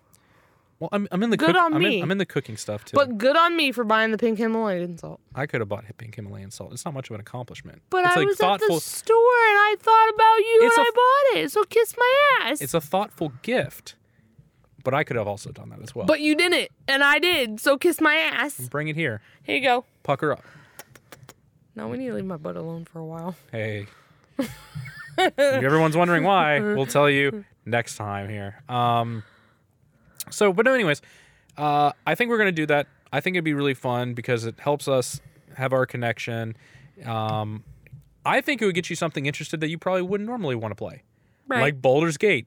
Well, I'm, I'm in the
Good
cook-
on
I'm,
me.
In, I'm in the cooking stuff too.
But good on me for buying the pink Himalayan salt.
I could have bought pink Himalayan salt. It's not much of an accomplishment.
But
it's
I was at the store and I thought about you
It's
and
a-
I bought it. So kiss my ass.
It's a thoughtful gift. But I could have also done that as well.
but you didn't, and I did. So kiss my ass.
Bring it here.
Here you go.
Pucker up.
No, we need to leave my butt alone for a while.
Hey. *laughs* if everyone's wondering why, we'll tell you next time here. Um so but anyways, uh I think we're gonna do that. I think it'd be really fun because it helps us have our connection. Um I think it would get you something interested that you probably wouldn't normally want to play.
Right.
Like Boulder's Gate.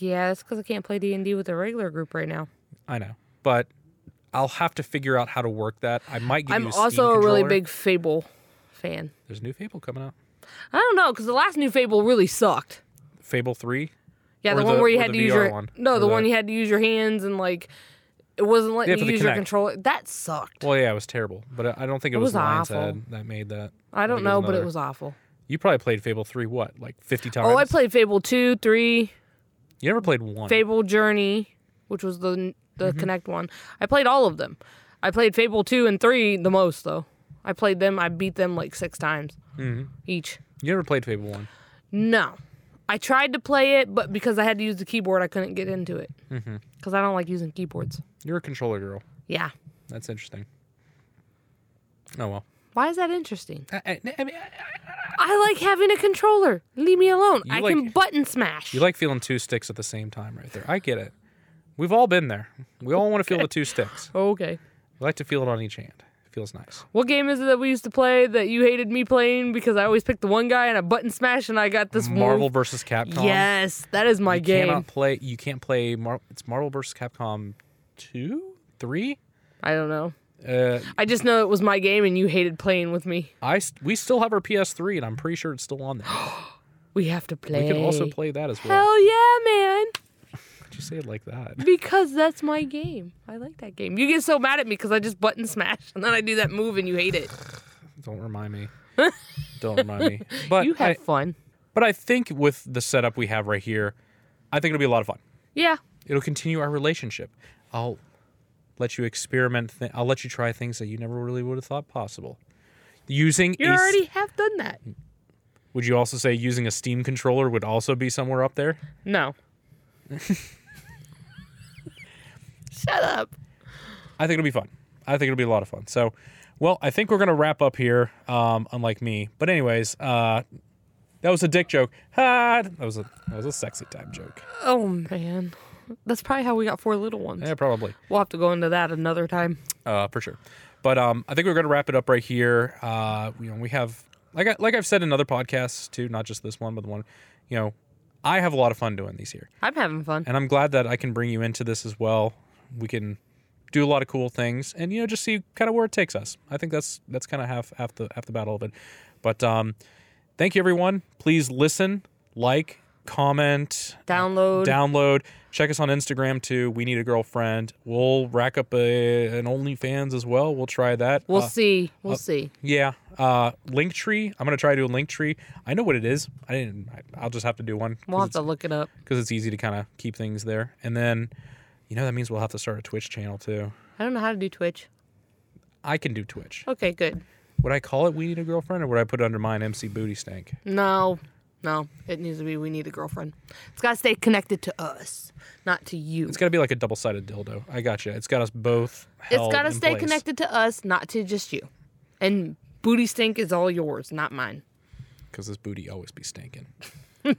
yeah, that's because I can't play D and D with a regular group right now.
I know. But I'll have to figure out how to work that. I might give
I'm
you a Steam
also a really
controller.
big Fable fan.
There's a new Fable coming out.
I don't know because the last new Fable really sucked.
Fable 3.
Yeah,
Or
the, one
the-
where you
or
had
the
to use
VR
your
one.
no,
Or
the,
the-
one you had to use your hands and like it wasn't
Yeah,
letting
for
you
the
use your
Kinect.
controller. That sucked.
Well, yeah, it was terrible, but I- I don't think it, was,
was
Lion's
awful.
Head that made that.
I don't
think
know, but it
another-
was awful.
You probably played Fable three what, like fifty times?
Oh, I played Fable two, three,
You never played one.
Fable Journey, which was the the
Mm-hmm.
Connect one. I played all of them. I played Fable two and three the most though. I played them. I beat them like six times
Mm-hmm.
each.
You never played Fable one.
No, I tried to play it, but because I had to use the keyboard, I couldn't get into it.
Mm-hmm.
Because I don't like using keyboards.
You're a controller girl.
Yeah.
That's interesting. Oh well.
Why is that interesting?
I, I- I mean,
I like having a controller. Leave me alone. I can
like-
button smash.
you like feeling two sticks at the same time, right there. I get it. We've all been there. We all want to feel the two sticks.
Oh, okay.
We like to feel it on each hand. It feels nice.
What game is it that we used to play that you hated me playing because I always picked the one guy and I button smash and I got this one-
Marvel versus Capcom.
Yes, that is my
You
game.
cannot play. You can't play. Mar- it's Marvel versus Capcom two, three.
I don't know.
Uh,
I just know it was my game and you hated playing with me.
I st- we still have our PS3, and I'm pretty sure it's still on there.
We have to play.
We could also play that as well.
Hell yeah, man!
Did you say it like that?
*laughs* Because that's my game. I like that game. You get so mad at me because I just button smash and then I do that move and you
*laughs*
hate it.
Don't remind
*laughs*
me. Don't remind me. But
you have
I,
fun.
but I think with the setup we have right here, I think it'll be a lot of fun.
Yeah.
It'll continue our relationship. I'll let you experiment. Th- I'll let you try things that you never really would have thought possible. Using
You
a s-
already have done that.
would you also say using a Steam controller would also be somewhere up there? *laughs*
No. Shut up.
I think it'll be fun. I think it'll be a lot of fun. So, well, I think we're gonna wrap up here. Um, unlike me, but anyways, uh, that was a dick joke. Ha! That was a that was a sexy time joke.
Oh man. That's probably how we got four little ones.
Yeah, probably.
We'll have to go into that another time.
uh, for sure. But um, I think we're going to wrap it up right here. Uh, you know, we have like I, like I've said in other podcasts too, not just this one, but the one. You know, I have a lot of fun doing these here,
I'm having fun.
and I'm glad that I can bring you into this as well. We can do a lot of cool things, and you know, just see kind of where it takes us. I think that's that's kind of half half the half the battle of it. But um, thank you, everyone. Please listen, like, comment,
Download.
download. Check us on Instagram too. We need a girlfriend. We'll rack up a, an OnlyFans as well. We'll try that.
we'll
Uh,
see. We'll see.
Yeah. Uh, Linktree. I'm gonna try to do a Linktree. I know what it is. I didn't. I- I'll just have to do one
We'll have
because
to look it up.
it's, easy to kind of keep things there. And then, you know, that means we'll have to start a Twitch channel too.
I don't know how to do Twitch.
I can do Twitch.
Okay, good.
Would I call it "We Need a Girlfriend" or would I put it under mine "MC Booty Stank"?
No. No. It needs to be we need a girlfriend. It's gotta stay connected to us, not to you.
It's gotta be like a double-sided dildo. I gotcha. It's got us both.
It's
held
gotta
in
stay
place.
connected to us, not to just you. And booty stink is all yours, not mine. *laughs*
because this booty always be stinking.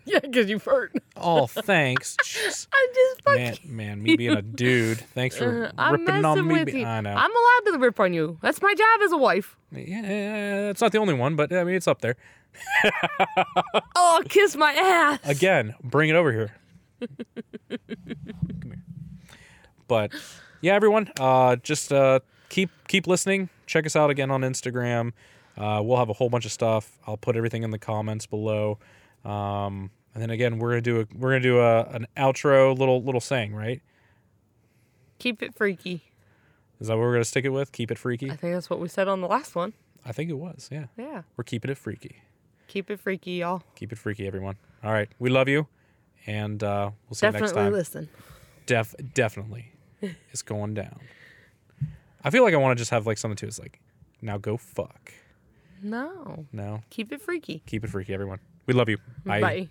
yeah, because you've hurt.
Oh,
*laughs*
thanks. Jeez.
I'm just fucking.
man, man, me being a dude. Thanks for
*laughs* I'm
ripping
messing
on me.
with
be-
you.
I know.
I'm allowed to rip on you. That's my job as a wife.
yeah, it's not the only one, but I mean, it's up there.
Oh, kiss my ass.
Again, bring it over here. Come here. But yeah, everyone, uh, just uh, keep keep listening. Check us out again on Instagram. Uh, we'll have a whole bunch of stuff. I'll put everything in the comments below. Um, and then again, we're gonna do a we're gonna do a, an outro little little saying, right?
Keep it freaky.
Is that what we're gonna stick it with? Keep it freaky.
I think that's what we said on the last one.
I think it was. Yeah,
Yeah.
we're keeping it freaky.
Keep it freaky, y'all.
keep it freaky, everyone. All right. We love you. And uh, we'll see you next
Definitely
time.
listen.
Def definitely is going down. I feel like I want to just have like something to it's like, now go fuck.
No.
No.
Keep it freaky.
Keep it freaky, everyone. We love you.
Bye.